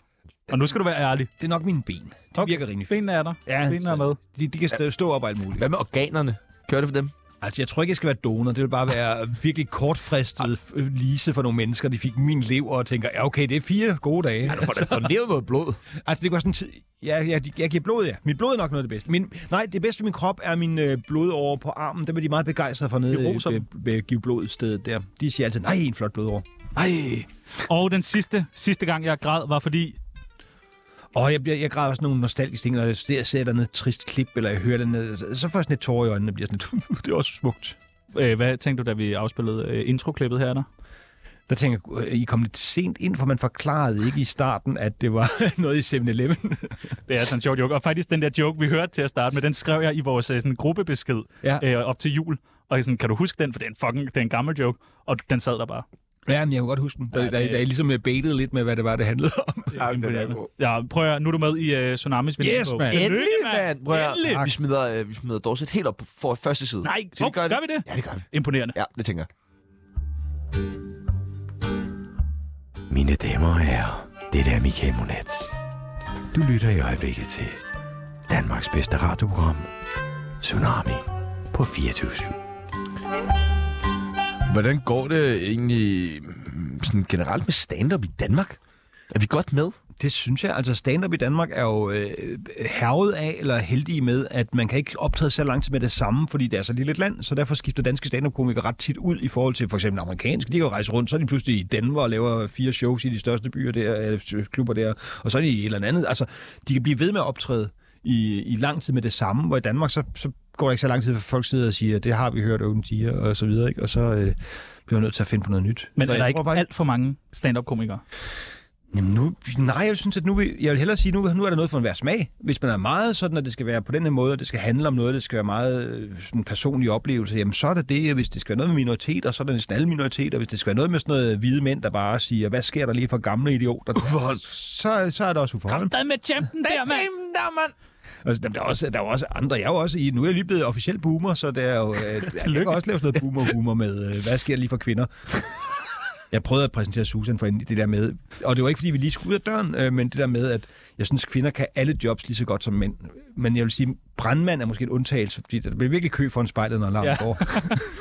[SPEAKER 2] Og nu skal du være ærlig.
[SPEAKER 4] Det er nok mine ben. De okay. virker rimelig fint.
[SPEAKER 2] Benene er der.
[SPEAKER 4] Ja,
[SPEAKER 2] Benene er med.
[SPEAKER 4] De, de kan stå, stå op og alt muligt.
[SPEAKER 1] Hvad med organerne? Kører det for dem?
[SPEAKER 4] Altså, jeg tror ikke, jeg skal være donor. Det vil bare være virkelig kortfristet øh, lise for nogle mennesker. De fik min lever og tænker, ja, okay, det er fire gode dage.
[SPEAKER 1] Får det doneret noget blod?
[SPEAKER 4] Altså, det går sådan en tid... Ja, jeg, jeg giver blod, ja. Mit blod er nok noget af det bedste. Min, nej, det bedste ved min krop er min øh, blodåre på armen. Dem er de meget begejstrede for nede
[SPEAKER 2] De roser
[SPEAKER 4] øh, ved, ved give blodstedet der. De siger altid, nej, en flot blodåre.
[SPEAKER 2] Ej. Og den sidste, sidste gang, jeg græd, var fordi...
[SPEAKER 4] Og jeg, bliver, jeg græder også nogle nostalgiske ting, når jeg ser, ser et eller andet trist klip, eller jeg hører den ned, så får jeg sådan et tår i øjnene, og bliver sådan lidt, "Uh, det er også smukt.
[SPEAKER 2] Øh, hvad tænkte du, da vi afspillede øh, introklippet her? Der?
[SPEAKER 4] Der tænker jeg, "Gud, I kom lidt sent ind, for man forklarede ikke i starten, at det var noget i 7-Eleven.
[SPEAKER 2] Det er sådan en sjov joke. Og faktisk den der joke, vi hørte til at starte med, den skrev jeg i vores øh, sådan, gruppebesked
[SPEAKER 4] Ja.
[SPEAKER 2] øh, op til jul. Og jeg sådan, kan du huske den? For det er en fucking det er en gammel joke. Og den sad der bare.
[SPEAKER 4] Ja, men jeg kan godt huske den. Da, ja,
[SPEAKER 2] Ja,
[SPEAKER 4] da,
[SPEAKER 2] det-
[SPEAKER 4] da, I ligesom baitede lidt med, hvad det var, det handlede om.
[SPEAKER 2] Ja, den er god. Ja, prøv at, høre, nu er du med i øh, Tsunamis
[SPEAKER 4] Yes, mand.
[SPEAKER 2] Endelig, mand!
[SPEAKER 1] Prøv at høre,
[SPEAKER 2] Endelig!
[SPEAKER 1] vi smider, øh, vi smider Dorset helt op på for første side.
[SPEAKER 2] Nej,
[SPEAKER 1] Skal
[SPEAKER 2] oh, gør vi det?
[SPEAKER 1] Ja, det gør vi.
[SPEAKER 2] Imponerende.
[SPEAKER 1] Ja, det tænker jeg.
[SPEAKER 10] Mine damer og herrer, det er Michael Monats. Du lytter i øjeblikket til Danmarks bedste radioprogram, Tsunami på 24
[SPEAKER 1] Hvordan går det egentlig mm, sådan generelt med stand-up i Danmark? Er vi godt med?
[SPEAKER 4] Det synes jeg. Altså, stand-up i Danmark er jo øh, hervet af, eller heldige med, at man kan ikke optræde så lang tid med det samme, fordi det er så lille et land, så derfor skifter danske stand-up-komikere ret tit ud i forhold til for eksempel amerikanske. De kan jo rejse rundt, så er de pludselig i Denver og laver fire shows i de største byer der, eller klubber der, og så er de i et eller andet. Altså, de kan blive ved med at optræde i, i lang tid med det samme, hvor i Danmark, så, så går der ikke så lang tid, for folk sidder og siger, det har vi hørt, unge siger, og så videre, ikke? og så øh, bliver man nødt til at finde på noget nyt.
[SPEAKER 2] Men
[SPEAKER 4] Så
[SPEAKER 2] er
[SPEAKER 4] jeg
[SPEAKER 2] der
[SPEAKER 4] tror
[SPEAKER 2] ikke
[SPEAKER 4] bare-
[SPEAKER 2] alt for mange stand-up-komikere?
[SPEAKER 4] Jamen nu, nej, jeg synes, at nu, vil- jeg vil hellere sige, nu, nu er der noget for enhver smag. Hvis man er meget sådan, at det skal være på den her måde, og det skal handle om noget, det skal være meget øh, sådan personlig oplevelse, jamen så er det det, og hvis det skal være noget med minoriteter, så er det næsten alle minoriteter, hvis det skal være noget med sådan noget hvide mænd, der bare siger, hvad sker der lige for gamle idioter, så, så er der også uforholden.
[SPEAKER 2] Hvad med champen der, mand?
[SPEAKER 4] Altså, der er også, der er også andre, jeg er jo også i, nu er jeg lige blevet officiel boomer, så det er jo, øh, jeg kan også lave sådan noget boomer-humor med, øh, hvad sker der lige for kvinder? Jeg prøvede at præsentere Susan for hende, det der med, og det var ikke, fordi vi lige skulle ud af døren, øh, men det der med, at jeg synes, kvinder kan alle jobs lige så godt som mænd. Men jeg vil sige, brandmand er måske en undtagelse, fordi der bliver virkelig kø foran spejlet, når alarmen
[SPEAKER 2] Ja.
[SPEAKER 4] ja. går.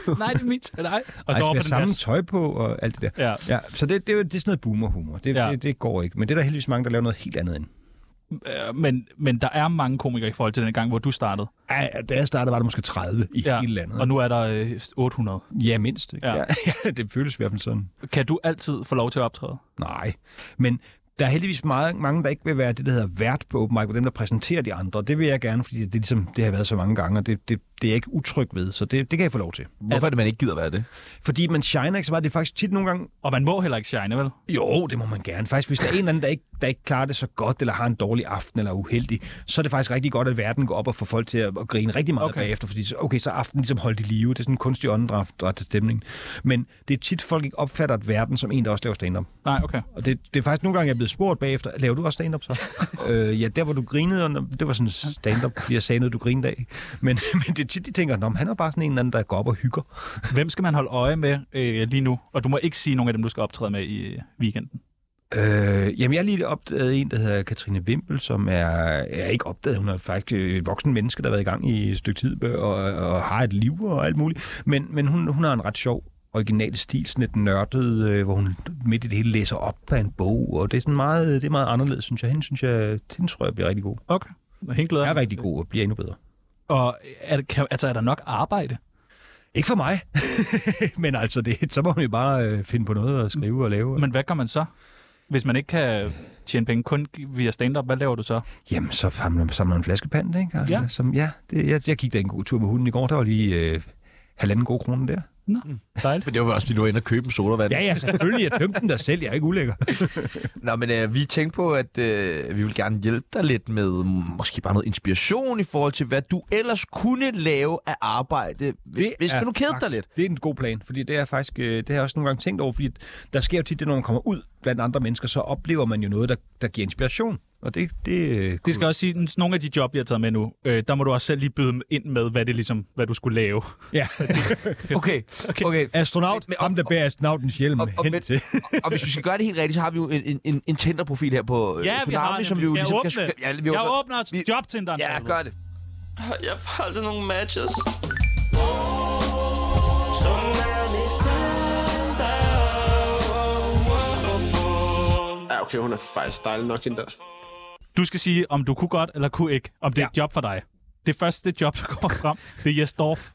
[SPEAKER 4] Og
[SPEAKER 2] Nej, det er mit. Nej. Og så
[SPEAKER 4] så skal
[SPEAKER 2] over på
[SPEAKER 4] have
[SPEAKER 2] den
[SPEAKER 4] samme
[SPEAKER 2] der...
[SPEAKER 4] tøj på og alt det der.
[SPEAKER 2] Ja.
[SPEAKER 4] Ja, så det, det, er jo- det er sådan noget boomer-humor. Det,
[SPEAKER 2] Ja.
[SPEAKER 4] ja. det, det, går ikke. Men det er der heldigvis mange, der laver noget helt andet end.
[SPEAKER 2] Øh, men, men der er mange komikere i forhold til den gang, hvor du startede.
[SPEAKER 4] Ej, da jeg startede, var der måske 30 i ja. hele landet.
[SPEAKER 2] Og nu er der øh, 800.
[SPEAKER 4] Ja, mindst. Ikke?
[SPEAKER 2] Ja.
[SPEAKER 4] Ja. Ja, det føles i hvert fald sådan.
[SPEAKER 2] Kan du altid få lov til at optræde?
[SPEAKER 4] Nej, men der er heldigvis meget, mange, der ikke vil være det, der hedder vært på open mic, og dem, der præsenterer de andre. Det vil jeg gerne, fordi det, er ligesom, det har været så mange gange, og det, det, det er jeg ikke utryg ved, så det, det kan jeg få lov til.
[SPEAKER 1] Hvorfor er det, man ikke gider være det?
[SPEAKER 4] Fordi man shiner ikke så meget. Det er faktisk tit nogle gange,
[SPEAKER 2] Og man må heller ikke shine, vel?
[SPEAKER 4] jo, det må man gerne. Faktisk, hvis der er en eller anden, der ikke, der ikke klarer det så godt, eller har en dårlig aften, eller er uheldig, så er det faktisk rigtig godt, at verden går op og får folk til at, at grine rigtig meget
[SPEAKER 2] Okay.
[SPEAKER 4] okay. bagefter, fordi så, okay, så er aftenen ligesom holdt i live. Det er sådan en kunstig åndedræt stemning. Men det er tit, folk ikke opfatter, at verden som en, der også laver stand-up.
[SPEAKER 2] Nej, okay.
[SPEAKER 4] Og det, det er faktisk nogle gange, jeg er blevet spurgt bagefter, laver du også stand-up så? øh, ja, der hvor du grinede, og det var sådan stand-up, fordi jeg sagde noget, du grinede af. Men, men det er tit, de tænker, Nå, men han er bare sådan en eller anden, der går op og hygger.
[SPEAKER 2] Hvem skal man holde øje med øh, lige nu? Og du må ikke sige nogen af dem, du skal optræde med i øh, weekenden.
[SPEAKER 4] Øh, jamen, jeg har lige opdaget en, der hedder Katrine Wimpel, som er, jeg er ikke opdaget, hun er faktisk et voksen menneske, der har været i gang i et stykke tid, og, og har et liv og alt muligt. Men, men hun, hun har en ret sjov original stil, sådan lidt nørdet, øh, hvor hun midt i det hele læser op af en bog, og det er sådan meget, det er meget anderledes, synes jeg. Hende, synes jeg, hende tror jeg bliver rigtig god.
[SPEAKER 2] Okay. Og hende glæder
[SPEAKER 4] Jeg
[SPEAKER 2] jeg
[SPEAKER 4] er
[SPEAKER 2] mig
[SPEAKER 4] rigtig
[SPEAKER 2] til.
[SPEAKER 4] god og bliver endnu bedre.
[SPEAKER 2] Og er, det- kan, altså, er der nok arbejde?
[SPEAKER 4] Ikke for mig, men altså, det, så må man jo bare øh, finde på noget at skrive og lave. Men...
[SPEAKER 2] Men hvad gør man så? Hvis man ikke kan tjene penge kun via stand-up, hvad laver du så?
[SPEAKER 4] Jamen, så samler, samler en flaskepand, ikke? Altså,
[SPEAKER 2] Ja.
[SPEAKER 4] Som, ja det, jeg, jeg gik da en god tur med hunden i går, der var lige øh, halvanden god krone der.
[SPEAKER 2] Nå, dejligt.
[SPEAKER 1] Men Mm. det var også, fordi du var inde og købe en sodavand.
[SPEAKER 4] Ja, ja, selvfølgelig. Jeg tømte den der selv. Jeg er ikke ulækker.
[SPEAKER 1] Nå, men øh, vi tænkte på, at øh, vi vil gerne hjælpe dig lidt med mm, måske bare noget inspiration i forhold til, hvad du ellers kunne lave af arbejde, hvis, hvis
[SPEAKER 4] er
[SPEAKER 1] du nu kedede dig
[SPEAKER 4] faktisk-
[SPEAKER 1] lidt.
[SPEAKER 4] Det er en god plan, fordi det er jeg faktisk, øh, det har jeg også nogle gange tænkt over, fordi der sker jo tit det, når man kommer ud blandt andre mennesker, så oplever man jo noget, der, der giver inspiration. Og det, det, øh,
[SPEAKER 2] Det skal også sige, at nogle af de job, jeg har taget med nu, øh, der må du også selv lige byde dem ind med, hvad det ligesom, hvad du skulle lave.
[SPEAKER 4] Ja.
[SPEAKER 1] Okay, okay. okay.
[SPEAKER 4] Astronaut,
[SPEAKER 1] Men- men-
[SPEAKER 4] ham der bærer astronautens hjelm
[SPEAKER 1] Og, og,
[SPEAKER 4] hen
[SPEAKER 1] men,
[SPEAKER 4] til.
[SPEAKER 1] og, og hvis vi skal gøre det helt rigtigt, så har vi jo en, en- en, en Tinder-profil her på øh, Tsunami, som vi jo ligesom
[SPEAKER 2] åbne.
[SPEAKER 1] kan... Ja, vi
[SPEAKER 2] jeg
[SPEAKER 1] åbner.
[SPEAKER 2] åbner
[SPEAKER 1] Vi-
[SPEAKER 2] jobtinderen.
[SPEAKER 1] Ja, gør det.
[SPEAKER 9] Jeg får aldrig nogen matches.
[SPEAKER 5] Tsunami
[SPEAKER 8] Ja, okay, hun er faktisk dejlig nok, hende der.
[SPEAKER 2] Du skal sige, om du kunne godt eller kunne ikke, om det er et job for dig. Det første job, der kommer frem, det er Jes Dorf.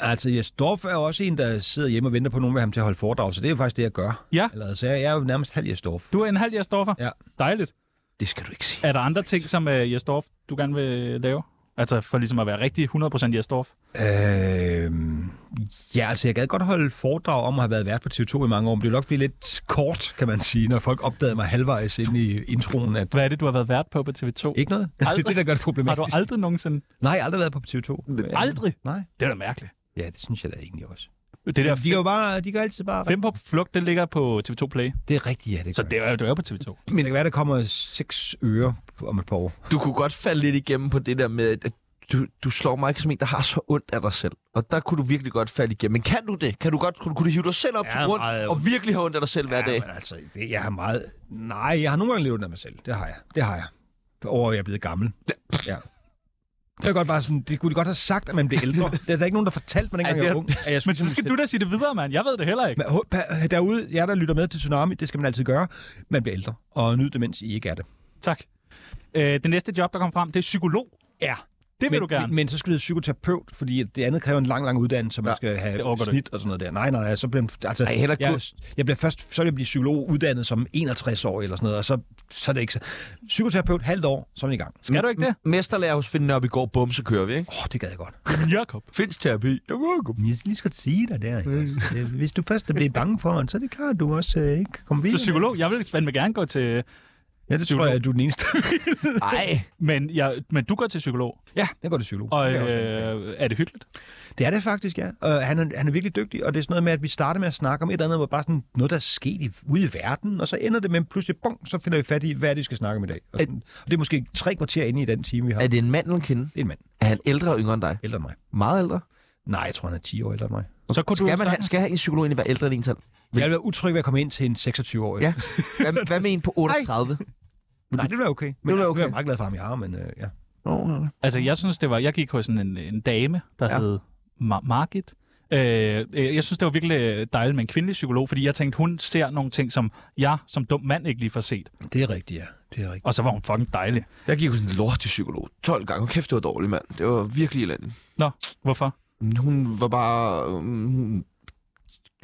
[SPEAKER 4] Altså, Jesdorf er også en, der sidder hjemme og venter på nogen ved ham til at holde foredrag, så det er jo faktisk det, jeg gør.
[SPEAKER 2] Ja.
[SPEAKER 4] Eller, så jeg, jeg er jo nærmest halv Jesdorf.
[SPEAKER 2] Du er en halv Jesdorfer?
[SPEAKER 4] Ja.
[SPEAKER 2] Dejligt.
[SPEAKER 1] Det skal du ikke sige.
[SPEAKER 2] Er der andre ting, som uh, Jesdorf, du gerne vil lave? Altså for ligesom at være rigtig 100% Jesdorf?
[SPEAKER 4] Øh, ja, altså, jeg gad godt holde foredrag om at have været vært på TV2 i mange år, men det vil nok blive lidt kort, kan man sige, når folk opdagede mig halvvejs ind i introen, at
[SPEAKER 2] Hvad er det, du har været vært på på TV2?
[SPEAKER 4] ikke noget. Det er
[SPEAKER 2] Aldrig.
[SPEAKER 4] det, der gør det
[SPEAKER 2] Har du
[SPEAKER 4] problematisk.
[SPEAKER 2] aldrig nogensinde...
[SPEAKER 4] Nej, jeg har aldrig været på TV2.
[SPEAKER 2] Aldrig?
[SPEAKER 4] Nej.
[SPEAKER 2] Det er da mærkeligt.
[SPEAKER 4] Ja, det synes jeg da egentlig også.
[SPEAKER 2] Det der
[SPEAKER 4] De gør jo bare, de gør altid bare...
[SPEAKER 2] fem på flugt, det ligger på TV2 Play.
[SPEAKER 4] Det er rigtigt, ja, det
[SPEAKER 2] Så
[SPEAKER 4] gør.
[SPEAKER 2] det er jo du er jo på TV2.
[SPEAKER 4] Men det kan være, der kommer seks øre om et par år.
[SPEAKER 1] Du kunne godt falde lidt igennem på det der med, at du, du slår mig ikke som en, der har så ondt af dig selv. Og der kunne du virkelig godt falde igennem. Men kan du det? Kan du godt kunne, kunne du hive dig selv op
[SPEAKER 4] Ja,
[SPEAKER 1] ja, til grund
[SPEAKER 4] meget
[SPEAKER 1] og virkelig have ondt af dig selv hver
[SPEAKER 4] Ja,
[SPEAKER 1] dag?
[SPEAKER 4] men altså, det, jeg har meget... Nej, jeg har nogle gange levet under mig selv. Det har jeg. Det har jeg. Over at jeg er blevet gammel. Ja. Det er godt bare sådan, det kunne de godt have sagt, at man bliver ældre. Det er der ikke nogen, der fortalte mig, dengang
[SPEAKER 1] Ej, det
[SPEAKER 4] jeg var
[SPEAKER 1] er-
[SPEAKER 4] ung. At jeg
[SPEAKER 2] Men så skal du da sige det videre, mand. Jeg ved det heller ikke.
[SPEAKER 4] Men, hå- pa- derude, jer der lytter med til Tsunami, det skal man altid gøre. Man bliver ældre, og nyd det, mens I ikke er det.
[SPEAKER 2] Tak. Øh, det næste job, der kom frem, det er psykolog.
[SPEAKER 4] Ja.
[SPEAKER 2] Det vil
[SPEAKER 4] men,
[SPEAKER 2] du gerne.
[SPEAKER 4] Men, men så skulle det hedde psykoterapeut, fordi det andet kræver en lang, lang uddannelse, og man ja, skal
[SPEAKER 2] det
[SPEAKER 4] have
[SPEAKER 2] orker du
[SPEAKER 4] snit og sådan noget der. Nej, nej, nej, så bliver man- altså,
[SPEAKER 1] Ej, heller
[SPEAKER 4] jeg,
[SPEAKER 1] kun-
[SPEAKER 4] jeg bliver først, så vil jeg blive psykolog uddannet som 61 år eller sådan noget, og så, så er det ikke så. Psykoterapeut, halvt år, så er man i gang.
[SPEAKER 2] Skal du ikke det?
[SPEAKER 1] Mesterlærer hos Finn Nørbegaard, bum, så kører vi, ikke?
[SPEAKER 4] Åh, oh, det gad jeg godt.
[SPEAKER 2] Jakob.
[SPEAKER 1] Finds terapi. Jeg
[SPEAKER 4] Jeg skal lige skal sige dig der.
[SPEAKER 2] Mm.
[SPEAKER 4] Altså, øh, Hvis du først er blevet bange for så er det klart, du også øh, ikke kommer
[SPEAKER 2] Så psykolog, jeg vil fandme gerne gå til...
[SPEAKER 4] Ja, det tror jeg, du er den eneste.
[SPEAKER 1] Ej,
[SPEAKER 2] Men, jeg, men du går til psykolog,
[SPEAKER 4] ja, jeg går til psykolog.
[SPEAKER 2] og
[SPEAKER 4] Det er også en-
[SPEAKER 2] øh, er det hyggeligt?
[SPEAKER 4] Det er det faktisk, ja. Og han, er, han er virkelig dygtig, og det er sådan noget med, at vi starter med at snakke om et eller andet, hvor bare sådan noget, der er sket i, ude i verden, og så ender det med pludselig, bong, så finder vi fat i, hvad er det, vi skal snakke om i dag. Og, sådan, og det er måske tre kvarter inde i den time, vi har.
[SPEAKER 1] er
[SPEAKER 4] Det
[SPEAKER 1] det en mand eller en kvinde?
[SPEAKER 4] er en mand,
[SPEAKER 1] Er han ældre og yngre end dig?
[SPEAKER 4] ældre end mig.
[SPEAKER 1] Meget ældre?
[SPEAKER 4] Nej, jeg tror, han er 10 år ældre end mig.
[SPEAKER 2] Så kunne
[SPEAKER 1] Skal,
[SPEAKER 2] du
[SPEAKER 1] man have, skal en psykolog egentlig være ældre end en selv?
[SPEAKER 4] Jeg ville være utryg ved at komme ind til en 26-årig.
[SPEAKER 1] Ja. Hvad, hvad med en på 38?
[SPEAKER 4] Nej, det ville være okay. Men det
[SPEAKER 1] ville være
[SPEAKER 4] Jeg er
[SPEAKER 1] okay.
[SPEAKER 4] meget glad for ham, jeg har, men øh, ja.
[SPEAKER 2] Altså, jeg synes, det var... Jeg gik hos en, en dame, der ja.
[SPEAKER 1] Ja.
[SPEAKER 2] hed Ma- Margit. Øh, øh, jeg synes, det var virkelig øh, dejligt med en kvindelig psykolog, fordi jeg tænkte, hun ser nogle ting, som jeg som dum mand ikke lige får set.
[SPEAKER 4] Det er rigtigt, ja. Det er rigtigt.
[SPEAKER 2] Og så var hun fucking dejlig.
[SPEAKER 1] Jeg gik hos en lortig psykolog. 12 gange. Hold Kæft, det var dårligt, mand. Det var virkelig elendigt.
[SPEAKER 2] Nå, hvorfor?
[SPEAKER 1] Hun var bare... øhm, Hun...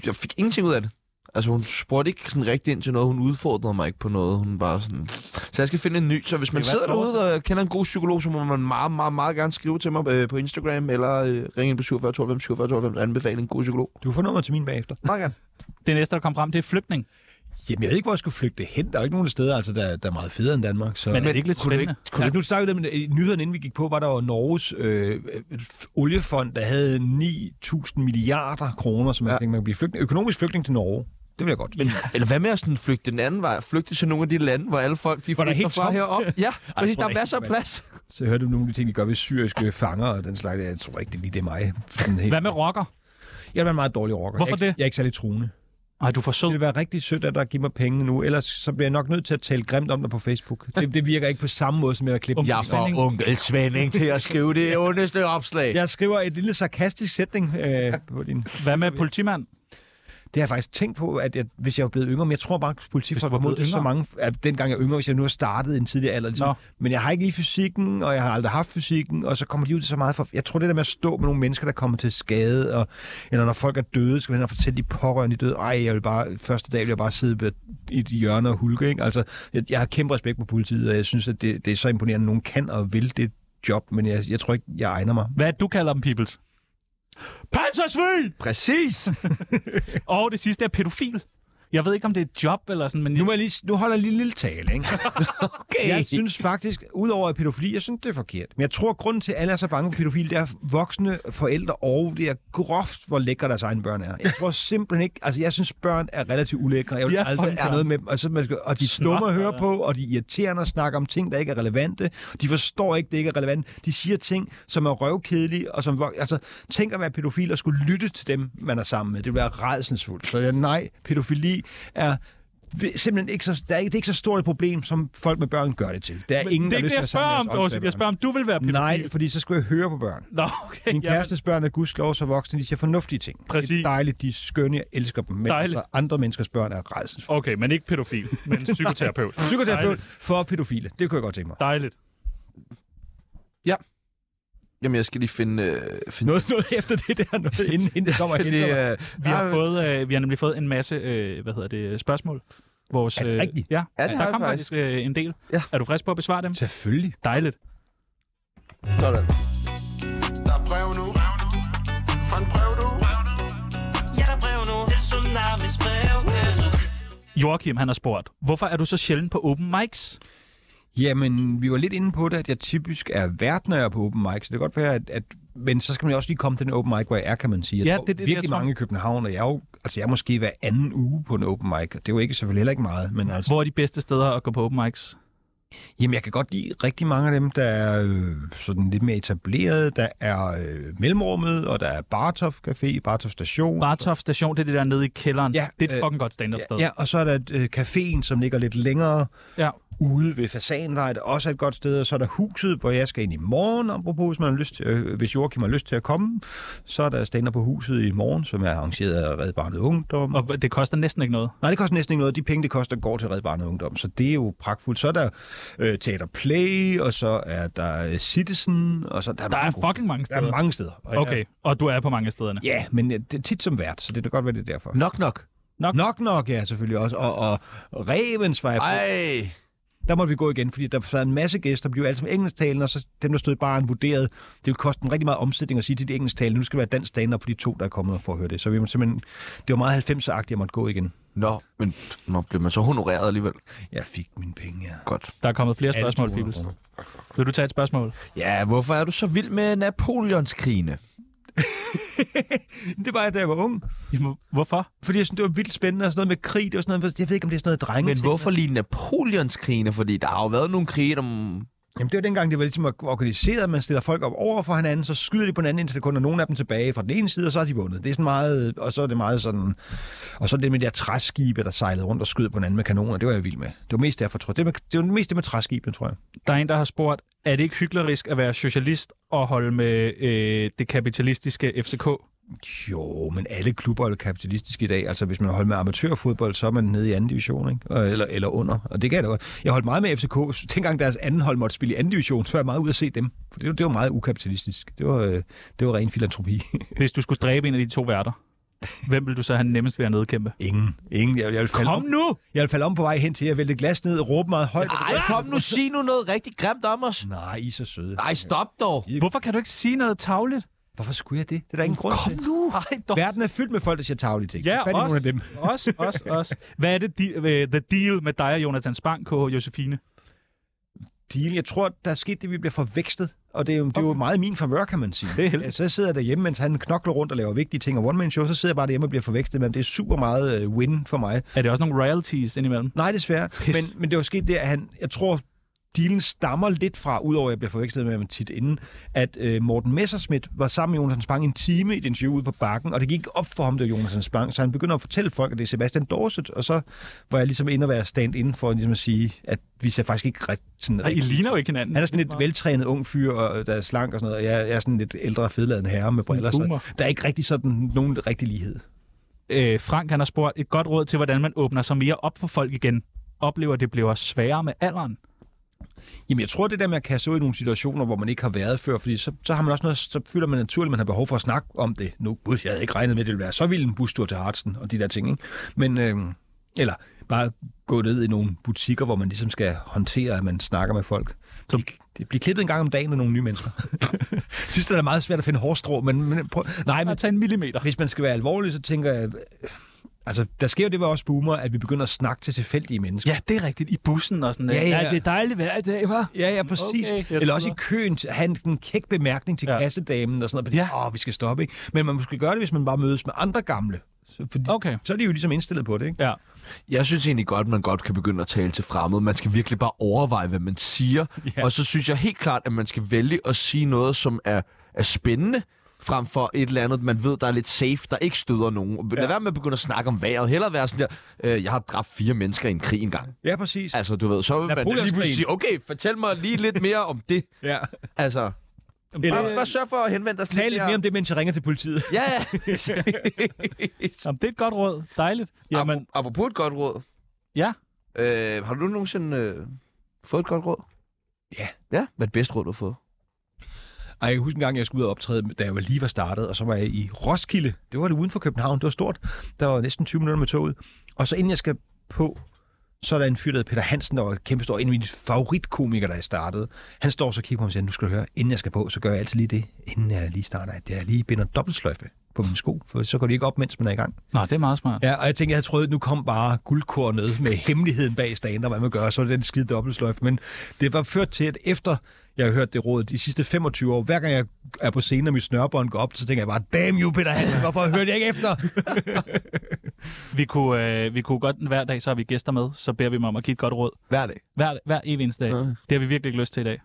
[SPEAKER 1] Jeg fik ingenting ud af det. Altså, hun spurgte ikke sådan rigtigt ind til noget. Hun udfordrede mig ikke på noget. Hun var sådan... Så jeg skal finde en ny. Så hvis man
[SPEAKER 2] Det kan
[SPEAKER 1] sidder
[SPEAKER 2] være, det
[SPEAKER 1] derude og kender en god psykolog, så må man meget, meget, meget gerne skrive til mig øh, på Instagram, eller øh, ringe ind på 47 92 47 92 og anbefale en god psykolog.
[SPEAKER 4] Du får nummer til min bagefter.
[SPEAKER 1] Meget gerne.
[SPEAKER 2] Det næste, der kom frem, det er flygtning.
[SPEAKER 4] Jamen, jeg ved ikke, hvor jeg skulle flygte hen. Der er jo ikke nogen steder, altså, der, der er meget federe end Danmark. Så...
[SPEAKER 2] Men er det ikke lidt
[SPEAKER 1] kunne du
[SPEAKER 2] spændende?
[SPEAKER 1] Kunne
[SPEAKER 4] ja,
[SPEAKER 1] du...
[SPEAKER 4] du snakkede om, i nyhederne, inden vi gik på, var der jo Norges øh, øh, oliefond, der havde 9.000 milliarder kroner, som ja. man
[SPEAKER 1] Ja.
[SPEAKER 4] tænkte, man kunne blive flygtning, økonomisk flygtning til Norge. Det vil jeg godt. Men,
[SPEAKER 1] Eller hvad med at sådan flygte den anden vej? Flygte til nogle af de lande, hvor alle folk de
[SPEAKER 4] Hvor der er
[SPEAKER 1] flygter
[SPEAKER 4] helt
[SPEAKER 1] fra
[SPEAKER 4] tomt.
[SPEAKER 1] heroppe. Ja, præcis.
[SPEAKER 4] hvor
[SPEAKER 1] Der
[SPEAKER 4] der
[SPEAKER 1] er
[SPEAKER 4] er
[SPEAKER 1] masser af
[SPEAKER 4] helt-
[SPEAKER 1] plads.
[SPEAKER 4] så hørte du nogle af de ting, de gør ved syriske fanger og den slags. Jeg tror ikke, det er lige det er mig. Sådan helt.
[SPEAKER 2] Hvad med rocker?
[SPEAKER 4] Jeg vil være en meget dårlig rocker.
[SPEAKER 2] Hvorfor
[SPEAKER 4] jeg, er ikke-
[SPEAKER 2] det?
[SPEAKER 4] Jeg er ikke særlig truende.
[SPEAKER 2] Ej, du er for sød.
[SPEAKER 4] Det vil være rigtig sødt af dig at give mig pengene nu, ellers så bliver jeg nok nødt til at tale grimt om dig på Facebook. Det, det virker ikke på samme måde, som jeg har klippet.
[SPEAKER 2] Jeg får
[SPEAKER 1] onkel Svending til at skrive det ondeste opslag.
[SPEAKER 4] Jeg skriver et lille sarkastisk sætning øh, på din...
[SPEAKER 2] Hvad med politimand?
[SPEAKER 4] Det har jeg faktisk tænkt på, at jeg, hvis jeg var blevet yngre, men jeg tror bare, at
[SPEAKER 2] Hvis
[SPEAKER 4] politifolk
[SPEAKER 2] du var
[SPEAKER 4] var mod
[SPEAKER 2] blevet
[SPEAKER 4] det så
[SPEAKER 2] yngre?
[SPEAKER 4] mange, at dengang jeg var yngre, hvis jeg nu har startet i en tidlig alder, ligesom.
[SPEAKER 2] Nå.
[SPEAKER 4] men jeg har ikke lige fysikken, og jeg har aldrig haft fysikken, og så kommer de ud til så meget for... Jeg tror, det der med at stå med nogle mennesker, der kommer til skade, og, eller når folk er døde, skal man hen og fortælle de pårørende, de er døde. Ej, jeg vil bare, første dag vil jeg bare sidde ved- i et hjørne og hulke, ikke? Altså, jeg, jeg har kæmpe respekt på politiet, og jeg synes, at det, det er så imponerende, at nogen kan og vil det job, men jeg, jeg tror ikke, jeg egner mig.
[SPEAKER 2] Hvad er det, du kalder dem, peoples? Pansersvin!
[SPEAKER 1] Præcis.
[SPEAKER 2] Og det sidste er pædofil. Jeg ved ikke, om det er et job eller sådan, men...
[SPEAKER 4] Nu, må jeg lige, nu holder jeg lige en lille tale, ikke?
[SPEAKER 1] Okay.
[SPEAKER 4] Jeg synes faktisk, udover at pædofili, jeg synes, det er forkert. Men jeg tror, at grunden til, at alle er så bange for pædofili, det er voksne forældre, og det er groft, hvor lækre deres egne børn er. Jeg tror simpelthen ikke... Altså, jeg synes, børn er relativt ulækre. Jeg vil
[SPEAKER 2] Ja,
[SPEAKER 4] aldrig
[SPEAKER 2] fuck,
[SPEAKER 4] have
[SPEAKER 2] ja.
[SPEAKER 4] noget med dem. Og, så man skal, og de
[SPEAKER 2] Snot,
[SPEAKER 4] slummer at høre
[SPEAKER 2] ja.
[SPEAKER 4] på, og de er irriterende og snakker om ting, der ikke er relevante. De forstår ikke, det ikke er relevant. De siger ting, som er røvkedelige, og som... vok- Altså, tænk at være pædofil og skulle lytte til dem, man er sammen med. Det vil være redselsfuldt. Så jeg, nej, pædofili er vi- simpelthen ikke så, der er ikke, det er ikke så stort et problem, som folk med børn gør det til. Der er
[SPEAKER 2] Men
[SPEAKER 4] ingen,
[SPEAKER 2] det er
[SPEAKER 4] der
[SPEAKER 2] ikke det,
[SPEAKER 4] har
[SPEAKER 2] jeg
[SPEAKER 4] lyst til at
[SPEAKER 2] spørger
[SPEAKER 4] være
[SPEAKER 2] om,
[SPEAKER 4] sammen med
[SPEAKER 2] Dorse.
[SPEAKER 4] åndsvage
[SPEAKER 2] Jeg spørger, om du vil være
[SPEAKER 4] børn.
[SPEAKER 2] pædofil.
[SPEAKER 4] Nej, fordi så skulle jeg høre på børn.
[SPEAKER 2] Nå, okay. jamen,
[SPEAKER 4] Min kærestes børn er gudskelov så voksne, de siger fornuftige ting. Det
[SPEAKER 2] Præcis.
[SPEAKER 4] er dejligt, de er skønne, jeg elsker dem. Men
[SPEAKER 2] Dejligt.
[SPEAKER 4] altså, andre menneskers børn er rejsens.
[SPEAKER 2] Okay, men ikke pædofil, men psykoterapeut.
[SPEAKER 4] Psykoterapeut
[SPEAKER 2] Dejligt.
[SPEAKER 4] for pædofile, det kunne jeg godt tænke mig.
[SPEAKER 2] Dejligt.
[SPEAKER 1] Ja. Jamen, jeg skal lige finde... Øh, finde...
[SPEAKER 4] Noget, noget efter det der, noget inden, inden det kommer
[SPEAKER 1] Fordi,
[SPEAKER 4] hen.
[SPEAKER 1] øh,
[SPEAKER 2] Vi har,
[SPEAKER 1] nej,
[SPEAKER 2] fået, øh, vi har nemlig fået en masse øh, hvad hedder det, spørgsmål. Vores,
[SPEAKER 4] Er det
[SPEAKER 2] øh,
[SPEAKER 4] rigtigt?
[SPEAKER 2] Ja,
[SPEAKER 1] Ja, det har
[SPEAKER 2] der
[SPEAKER 1] jeg
[SPEAKER 2] kom
[SPEAKER 1] faktisk.
[SPEAKER 2] faktisk øh, en del.
[SPEAKER 1] Ja.
[SPEAKER 2] Er du frisk på at besvare dem?
[SPEAKER 4] Selvfølgelig.
[SPEAKER 2] Dejligt.
[SPEAKER 1] Sådan.
[SPEAKER 8] Der er brev nu. Fra en brev du.
[SPEAKER 9] Ja, der er brev nu til Tsunamis brevkasse.
[SPEAKER 2] Joachim, han har spurgt, hvorfor er du så sjældent på open mics?
[SPEAKER 4] Jamen, vi var lidt inde på det, at jeg typisk er vært, når jeg er på open mic, så det kan godt være, at, at men så skal man jo også lige komme til den open mic, hvor jeg er, kan man sige. Jeg
[SPEAKER 2] Ja,
[SPEAKER 4] tror
[SPEAKER 2] det er det, jeg
[SPEAKER 4] virkelig
[SPEAKER 2] tror.
[SPEAKER 4] mange i København, og jeg er jo, altså jeg er måske hver anden uge på en open mic, og det er jo ikke selvfølgelig heller ikke meget, men altså,
[SPEAKER 2] Hvor er de bedste steder at gå på open mics?
[SPEAKER 4] Jamen, jeg kan godt lide rigtig mange af dem, der er øh, sådan lidt mere etableret. Der er øh, Mellemrummet, og der er Bartof Café, Bartof Station.
[SPEAKER 2] Bartof Station, det er det der nede i kælderen.
[SPEAKER 4] Ja,
[SPEAKER 2] det er et
[SPEAKER 4] øh,
[SPEAKER 2] fucking godt stand-up sted.
[SPEAKER 4] ja, ja, og så er der øh, caféen, som ligger lidt længere
[SPEAKER 2] ja.
[SPEAKER 4] ude ved Fasanvej, der også er et godt sted. Og så er der huset, hvor jeg skal ind i morgen, apropos, hvis, man har lyst til, øh, hvis Joachim har lyst til at komme. Så er der stand på huset i morgen, som er arrangeret af Red Barnet Ungdom. Og...
[SPEAKER 2] Og det koster næsten ikke noget.
[SPEAKER 4] Nej, det koster næsten ikke noget. De penge, det koster, går til Red Barnet Ungdom. Så det er jo pragtfuldt. Så er der øh, Teater Play, og så er der øh, Citizen, og så der,
[SPEAKER 2] Der er
[SPEAKER 4] mange gode-
[SPEAKER 2] fucking mange
[SPEAKER 4] Der er
[SPEAKER 2] steder.
[SPEAKER 4] mange steder. Og
[SPEAKER 2] Okay, og du er på mange af stederne.
[SPEAKER 4] Jeg, ja, men øh, det er tit som vært, så det kan godt være, det er derfor.
[SPEAKER 1] Nok, nok.
[SPEAKER 4] Nok nok, ja, selvfølgelig også. Og, og Revens var jeg på.
[SPEAKER 1] Ej.
[SPEAKER 4] Der måtte vi gå igen, fordi der sad en masse gæster, blev alle sammen engelsktalende, og så dem, der stod i baren, vurderede, det ville koste dem rigtig meget omsætning at sige til de engelsktalende, nu skal det være dansk stand for de to, der er kommet for at høre det. Så vi måtte simpelthen, det var meget 90'er-agtigt, jeg måtte gå igen.
[SPEAKER 1] Nå, men nå, blev man så honoreret alligevel.
[SPEAKER 4] Jeg fik mine penge, ja.
[SPEAKER 1] Godt.
[SPEAKER 2] Der er kommet flere
[SPEAKER 4] Alle
[SPEAKER 2] spørgsmål,
[SPEAKER 4] 200
[SPEAKER 2] Fibels. Vil du tage et spørgsmål?
[SPEAKER 1] Ja, hvorfor er du så vild med Napoleonskrigene?
[SPEAKER 4] kroner. Det var jeg, da jeg var ung.
[SPEAKER 2] Jamen, Hvorfor?
[SPEAKER 1] Men hvorfor lige Napoleonskrigene? Fordi der har jo været nogle krige, der...
[SPEAKER 4] Jamen det var dengang, det var ligesom organiseret, man stiller folk op over for hinanden, så skyder de på hinanden, indtil der kun er nogen af dem tilbage fra den ene side, og så har de vundet. Det er sådan meget, og så er det meget sådan, og så er det med de der træskibe, der sejlede rundt og skød på hinanden med kanoner, det var jeg vild med. Det var mest derfor, tror jeg. Det var, det var mest det med træskibene, tror jeg.
[SPEAKER 2] Der er en, der har spurgt, er det ikke hyklerisk at være socialist og holde med øh, det kapitalistiske FCK?
[SPEAKER 4] Jo, men alle klubber er jo kapitalistiske i dag. Altså, hvis man holder med amatørfodbold, så er man nede i anden division, ikke? Og- Eller, eller under. Og det kan jeg da godt. Jeg holdt meget med FCK. Så Dengang deres anden hold måtte spille i anden division, så var jeg meget ude at se dem. For det, var- det var meget ukapitalistisk. Det var, øh, det var ren filantropi.
[SPEAKER 2] Hvis du skulle dræbe en af de to værter, hvem vil du så have nemmest ved at nedkæmpe?
[SPEAKER 4] Ingen. Ingen. Jeg, jeg vil falde
[SPEAKER 2] Kom
[SPEAKER 4] om.
[SPEAKER 2] nu!
[SPEAKER 4] Jeg vil falde om på vej hen til, at jeg vælte glas ned og råbe meget højt.
[SPEAKER 1] Ej, kom nu, sig nu noget rigtig grimt om os.
[SPEAKER 4] Nej, I er så søde.
[SPEAKER 1] Nej, stop dog.
[SPEAKER 2] Hvorfor kan du ikke sige noget tagligt?
[SPEAKER 4] Hvorfor skulle jeg det? Det er der ingen grund
[SPEAKER 2] Kom
[SPEAKER 4] til.
[SPEAKER 2] nu! Ej, dog.
[SPEAKER 4] Verden er fyldt med folk, der siger taglige ting.
[SPEAKER 2] Ja,
[SPEAKER 4] Fat i
[SPEAKER 2] os,
[SPEAKER 4] nogle af dem.
[SPEAKER 2] os, os, os. Hvad er det, de, øh, the deal med dig og Jonathan Spang, KH Josefine?
[SPEAKER 4] deal. Jeg tror, der er sket det, vi bliver forvekslet. Og det er, jo, det er jo meget min favør, kan man sige.
[SPEAKER 2] Det er heldigt.
[SPEAKER 4] Ja, så sidder jeg derhjemme, mens han knokler rundt og laver vigtige ting og one-man-show, så sidder jeg bare derhjemme og bliver forvekslet med ham. Det er super meget øh, win for mig.
[SPEAKER 2] Er det også nogle royalties indimellem?
[SPEAKER 4] Nej, desværre.
[SPEAKER 2] Pis.
[SPEAKER 4] Men, men det var sket det, at han, jeg tror, dealen stammer lidt fra, udover at jeg bliver forvekslet med ham tit inden, at øh, Morten Messerschmidt var sammen med Jonathan Spang en time i den interview ude på bakken, og det gik op for ham, det var Jonathan Spang, så han begynder at fortælle folk, at det er Sebastian Dorset, og så var jeg ligesom inde og være stand inden for ligesom at sige, at vi ser faktisk ikke ret, sådan
[SPEAKER 2] Nej, I ligner jo ikke hinanden.
[SPEAKER 4] han er sådan lidt veltrænet ung fyr, og øh, der er slank og sådan noget. og Jeg jeg er sådan lidt ældre, fedladende herre med briller,
[SPEAKER 2] boomer.
[SPEAKER 4] så der er ikke rigtig sådan nogen rigtig lighed.
[SPEAKER 2] øh, Frank han har spurgt et godt råd til, hvordan man åbner sig mere op for folk igen. Oplever, at det bliver sværere med alderen.
[SPEAKER 4] Jamen, jeg tror, det der med at kaste sig ud i nogle situationer, hvor man ikke har været før, fordi så, så har man også noget, så føler man naturligt, at man har behov for at snakke om det. Nu, gud, jeg havde ikke regnet med, at det ville være så vild en bustur til Hartsen og de der ting, ikke? Men, øh, eller bare gå ned i nogle butikker, hvor man ligesom skal håndtere, at man snakker med folk. Som... Det bliver klippet en gang om dagen af nogle nye mennesker. Sidst er det meget svært at finde hårstrå, men, men prøv... nej, men
[SPEAKER 2] At tage en millimeter.
[SPEAKER 4] hvis man skal være alvorlig, så tænker jeg... øh, Altså, der sker jo det ved os boomer, at vi begynder at snakke til tilfældige mennesker.
[SPEAKER 2] Ja, det er rigtigt. I bussen og sådan
[SPEAKER 4] Ja, ja.
[SPEAKER 2] det er dejligt vejr i dag, hva'?
[SPEAKER 4] Ja, ja, præcis.
[SPEAKER 2] Okay,
[SPEAKER 4] Okay,
[SPEAKER 2] jeg
[SPEAKER 4] Eller også i
[SPEAKER 2] tror-
[SPEAKER 4] køen, til- have en- en kæk bemærkning til
[SPEAKER 2] Ja.
[SPEAKER 4] ja. kassedamen og sådan noget, fordi
[SPEAKER 2] Ja.
[SPEAKER 4] ja. åh, vi skal stoppe, ikke? Men man måske gøre det, hvis man bare mødes med andre gamle. Så, fordi,
[SPEAKER 2] Okay.
[SPEAKER 4] så er de jo ligesom indstillet på det, ikke?
[SPEAKER 2] Ja.
[SPEAKER 1] Jeg synes egentlig godt, man godt kan begynde at tale til fremmede. Man skal virkelig bare overveje, hvad man siger. Yeah. Og så synes jeg helt klart, at man skal vælge at sige noget, som er, er spændende, frem for et eller andet, man ved, der er lidt safe, der ikke støder nogen. Lad være med at begynde at snakke om vejret. Hellere være sådan der, øh, jeg har dræbt fire mennesker i en krig engang.
[SPEAKER 4] Ja, præcis.
[SPEAKER 1] Altså, du ved, så vil man lige
[SPEAKER 4] Napoleonskrigen.
[SPEAKER 1] pludselig sige, okay, fortæl mig lige lidt mere om det.
[SPEAKER 4] Ja.
[SPEAKER 1] Altså,
[SPEAKER 4] Eller-
[SPEAKER 1] bare, bare sørg for at henvende dig
[SPEAKER 4] Øh, Tal lidt mere om det, mens jeg ringer til politiet.
[SPEAKER 1] Ja, ja.
[SPEAKER 2] Jamen, det er et godt råd. Dejligt. Jamen,
[SPEAKER 1] Ap- Apropos et godt råd.
[SPEAKER 2] Ja.
[SPEAKER 1] Øh, har du nogensinde øh, fået et godt råd?
[SPEAKER 4] Ja.
[SPEAKER 1] Ja, hvad er det bedste råd, du har fået?
[SPEAKER 4] Og jeg kan huske en gang, jeg skulle ud og optræde, da jeg var lige var startet, og så var jeg i Roskilde. Det var det uden for København, det var stort. Der var næsten 20 minutter med toget. Og så inden jeg skal på, så er der en fyr, der hedder Peter Hansen, der var kæmpe stor, en af mine favoritkomikere, da jeg startede. Han står så og kigger på mig og siger, nu skal du høre, inden jeg skal på, så gør jeg altid lige det, inden jeg lige starter, at jeg lige binder dobbeltsløjfe på mine sko, for så går de ikke op, mens man er i gang.
[SPEAKER 2] Nå, det er meget smart.
[SPEAKER 4] Ja, og jeg tænkte, jeg havde troet, at nu kom bare guldkornet med hemmeligheden bag stand og hvad man gør, så er det den skide dobbeltsløjfe. Men det var ført til, at efter jeg har hørt det råd de sidste 25 år, hver gang jeg er på scenen, og mit snørbånd går op, så tænker jeg bare, damn you, Peter Hansen, hvorfor hørte jeg ikke efter?
[SPEAKER 2] Vi kunne, øh, vi kunne godt hver dag, så har vi gæster med, så beder vi dem om at give et godt råd.
[SPEAKER 1] Hver dag.
[SPEAKER 2] Hver, hver evig eneste dag.
[SPEAKER 1] Ja.
[SPEAKER 2] Det har vi virkelig ikke lyst til i dag.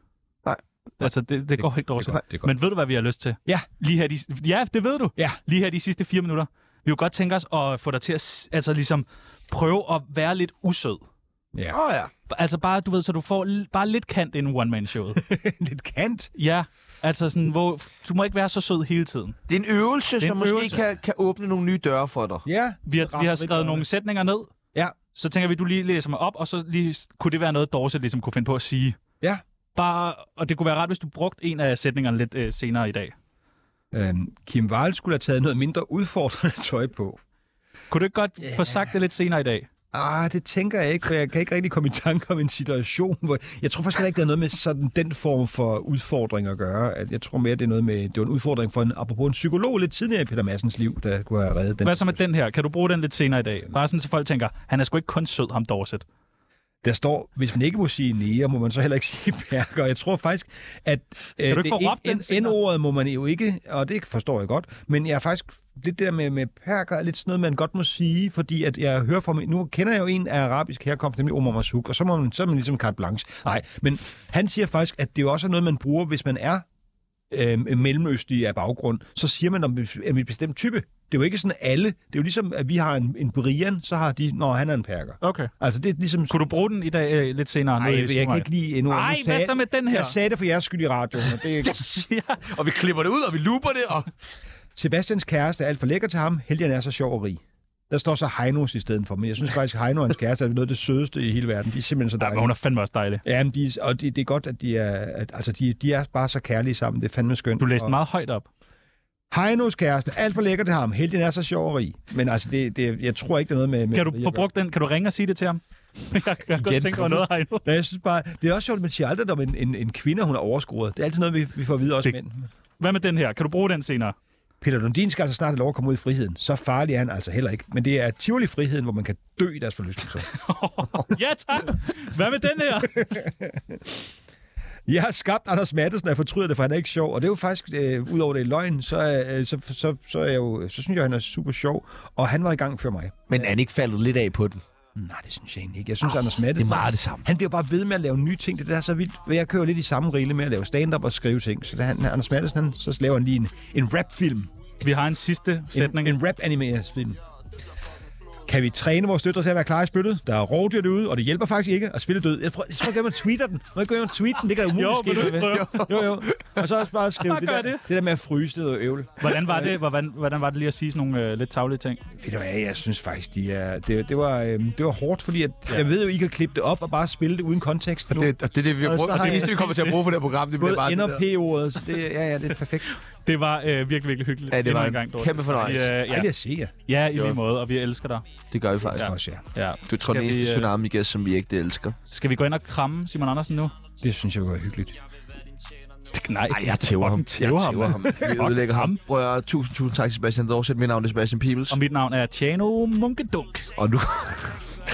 [SPEAKER 1] Nej.
[SPEAKER 2] Altså, det, det går ikke dårligt.
[SPEAKER 4] godt, det er godt.
[SPEAKER 2] Men ved du, hvad vi har lyst til?
[SPEAKER 4] Ja.
[SPEAKER 2] Lige her de, ja, det ved du.
[SPEAKER 4] Ja.
[SPEAKER 2] Lige her de sidste fire minutter. Vi kunne godt tænke os at få dig til at s- altså, ligesom, prøve at være lidt usød.
[SPEAKER 4] Ja.
[SPEAKER 1] Åh oh, ja.
[SPEAKER 2] Altså bare, du ved, så du får l- bare lidt kant inden one-man-showet.
[SPEAKER 4] Lidt kant.
[SPEAKER 2] ja, altså sådan, hvor du må ikke være så sød hele tiden.
[SPEAKER 1] Det er en øvelse,
[SPEAKER 2] er en
[SPEAKER 1] som måske
[SPEAKER 2] øvelse.
[SPEAKER 1] kan, kan åbne nogle nye døre for dig.
[SPEAKER 4] Ja.
[SPEAKER 2] Vi har, vi har skrevet nogle sætninger ned.
[SPEAKER 4] Ja.
[SPEAKER 2] Så tænker vi, du lige læser mig op, og så lige, kunne det være noget, Dorset ligesom kunne finde på at sige.
[SPEAKER 4] Ja.
[SPEAKER 2] Bare, og det kunne være rart, hvis du brugte en af sætningerne lidt øh, senere i dag.
[SPEAKER 4] Øhm, Kim Wahl skulle have taget noget mindre udfordrende tøj på.
[SPEAKER 2] Kunne du ikke godt yeah. få sagt det lidt senere i dag?
[SPEAKER 4] Ah, det tænker jeg ikke, for jeg kan ikke rigtig komme i tanke om en situation, hvor... Jeg tror faktisk heller ikke, det har noget med sådan den form for udfordring at gøre. At Jeg tror mere, det er noget med... Det var en udfordring for en, apropos en psykolog lidt tidligere i Peter Madsens liv, der kunne have reddet den.
[SPEAKER 2] Hvad så med den her? Kan du bruge den lidt senere i dag? Bare sådan, så folk tænker, han er sgu ikke kun sød, ham Dorset.
[SPEAKER 4] Der står, hvis man ikke må sige nære, må man så heller ikke sige perker. Jeg tror faktisk, at øh,
[SPEAKER 2] du ikke få råbt den
[SPEAKER 4] det
[SPEAKER 2] senere?
[SPEAKER 4] N-ordet må man jo ikke, og det forstår jeg godt, men jeg er faktisk lidt det der med, med perker er lidt sådan noget, man godt må sige, fordi at jeg hører fra min, nu kender jeg jo en af arabisk herkomst, nemlig Omar Masuk, og så, må man, så er man ligesom carte blanche. Nej, men han siger faktisk, at det jo også er noget, man bruger, hvis man er øh, mellemøstlige af baggrund, så siger man om om et bestemt type. Det er jo ikke sådan alle. Det er jo ligesom, at vi har en, en Brian, så har de, når han er en perker.
[SPEAKER 2] Okay.
[SPEAKER 4] Altså det er ligesom
[SPEAKER 2] Kunne du bruge den i dag øh, lidt senere?
[SPEAKER 4] Nej,
[SPEAKER 2] Nu er
[SPEAKER 4] jeg, jeg kan ikke lide endnu.
[SPEAKER 2] Ej,
[SPEAKER 4] Nu
[SPEAKER 2] hvad
[SPEAKER 4] sagde-
[SPEAKER 2] så med den her?
[SPEAKER 4] Jeg sagde det for jeres skyld i radioen, og det er...
[SPEAKER 2] Ja,
[SPEAKER 1] Og vi klipper det ud, og vi looper det, og...
[SPEAKER 4] Sebastians kæreste er alt for lækker til ham. Helgen er så sjov og rig. Der står så Heinos i stedet for, men jeg synes faktisk, at Heino og hans kæreste er noget af det sødeste i hele verden. De er simpelthen så
[SPEAKER 2] men
[SPEAKER 4] dejlige.
[SPEAKER 2] hun er fandme også dejlig.
[SPEAKER 4] Ja, men de, er- og de, det er godt, at de er, at, altså de, de er bare så kærlige sammen. Det er fandme skønt.
[SPEAKER 2] Du læste
[SPEAKER 4] og,
[SPEAKER 2] den meget højt op.
[SPEAKER 4] Heinos kæreste, alt for lækker til ham. Helgen er så sjov og rig. Men altså, det, det, jeg tror ikke, det er noget med... med
[SPEAKER 2] Kan du
[SPEAKER 4] med-
[SPEAKER 2] få brugt den? Kan du ringe og sige det til ham? Jeg kan godt tænke mig noget her nu.
[SPEAKER 4] Ja, jeg synes bare, det er også sjovt, at man siger aldrig, om en, en, en kvinde, hun er overskåret. Det er altid noget, vi, vi får at vide også
[SPEAKER 2] Det-
[SPEAKER 4] mænd.
[SPEAKER 2] Hvad med den her? Kan du bruge den senere?
[SPEAKER 4] Peter Lundin skal altså snart have lov at komme ud i friheden. Så farlig er han altså heller ikke. Men det er tivoli friheden, hvor man kan dø i deres forlystelser.
[SPEAKER 2] Ja, tak. Hvad med den her?
[SPEAKER 4] Jeg har skabt Anders Mattesen, og jeg fortryder det, for han er ikke sjov. Og det er jo faktisk, øh, udover det er løgn, så, øh, så, så, så, er jeg jo, så synes jeg, han er super sjov. Og han var i gang før mig.
[SPEAKER 1] Men er han ikke faldet lidt af på den? Ah,
[SPEAKER 4] Nej, det synes jeg egentlig ikke. Jeg synes, oh, Anders
[SPEAKER 1] Det
[SPEAKER 4] Mattesen...
[SPEAKER 1] er meget det samme.
[SPEAKER 4] Han bliver bare ved med at lave nye ting. Det er det, der er så vildt. Jeg kører lidt i samme rille med at lave stand-up og skrive ting. Så da han, Anders Mattesen, han, så laver han lige en, en rap-film.
[SPEAKER 2] Vi har en sidste sætning.
[SPEAKER 4] En, en rap-animeret film. Kan vi træne vores døtre til at være klar i spyttet? Der er rovdyr derude, og det hjælper faktisk ikke at spille død. Jeg tror, jeg tror ikke, at man tweeter den. Må jeg ikke gå hjem og tweete den? Det kan da umuligt
[SPEAKER 2] Jo, vil
[SPEAKER 4] ske.
[SPEAKER 2] du ikke
[SPEAKER 4] noget ved. jo, jo. Og så også bare skrive
[SPEAKER 2] Bare
[SPEAKER 4] det
[SPEAKER 2] gør
[SPEAKER 4] der,
[SPEAKER 2] det.
[SPEAKER 4] det. det der med at fryse ned og øvle.
[SPEAKER 2] Hvordan var det, hvordan, hvordan var det lige at sige sådan nogle øh, lidt tavlige ting?
[SPEAKER 4] Ved du hvad, jeg synes faktisk, de er, det, det, var, øhm, det var hårdt, fordi at, ja. jeg ved jo, I kan klippe det op og bare spille det uden kontekst. Nu.
[SPEAKER 1] Det, og det er det, vi har
[SPEAKER 4] Og
[SPEAKER 1] brugt,
[SPEAKER 4] så
[SPEAKER 1] og det
[SPEAKER 4] har
[SPEAKER 1] er
[SPEAKER 4] jeg-
[SPEAKER 1] det, vi kommer til at bruge for det her program. Det bliver bare
[SPEAKER 4] Både N
[SPEAKER 1] det
[SPEAKER 4] og
[SPEAKER 1] der.
[SPEAKER 4] P-ordet, så det, ja, ja, det er perfekt.
[SPEAKER 2] Det var øh, virkelig, virkelig hyggeligt.
[SPEAKER 1] Ja, det
[SPEAKER 2] Endnu
[SPEAKER 1] var en kæmpe
[SPEAKER 2] Dorte.
[SPEAKER 1] fornøjelse.
[SPEAKER 2] Vi, øh,
[SPEAKER 4] Dejligt at se jer.
[SPEAKER 2] ja, ja, i lige måde, og vi elsker dig.
[SPEAKER 1] Det gør vi faktisk.
[SPEAKER 4] Ja. altså Også, ja.
[SPEAKER 2] Ja.
[SPEAKER 1] Du tror
[SPEAKER 2] Skal
[SPEAKER 1] næste
[SPEAKER 2] vi, øh,
[SPEAKER 1] tsunami-gæst, som vi ikke elsker.
[SPEAKER 2] Skal vi gå ind og kramme Simon Andersen nu?
[SPEAKER 4] Det synes jeg var hyggeligt.
[SPEAKER 2] Nej,
[SPEAKER 1] Ej, jeg tæver ham.
[SPEAKER 2] Jeg tæver ham.
[SPEAKER 1] Vi ødelægger ham. Prøv at høre, tusind, tusind tak, Sebastian Dorset. Mit navn er Sebastian Pibels.
[SPEAKER 2] Og mit navn er Tjano Munkedunk.
[SPEAKER 1] Og nu...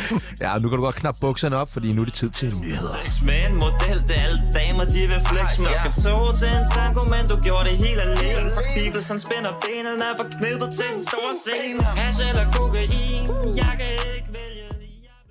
[SPEAKER 1] ja, nu kan du godt knappe bukserne op, fordi nu er det tid til nyheder.
[SPEAKER 9] flex med en model Det er alle damer, de vil flex med Jeg skal tog til en tango, men du gjorde det helt alene For Bibelsen spænder benene for knippet til den store scene Hash eller kokain, jeg kan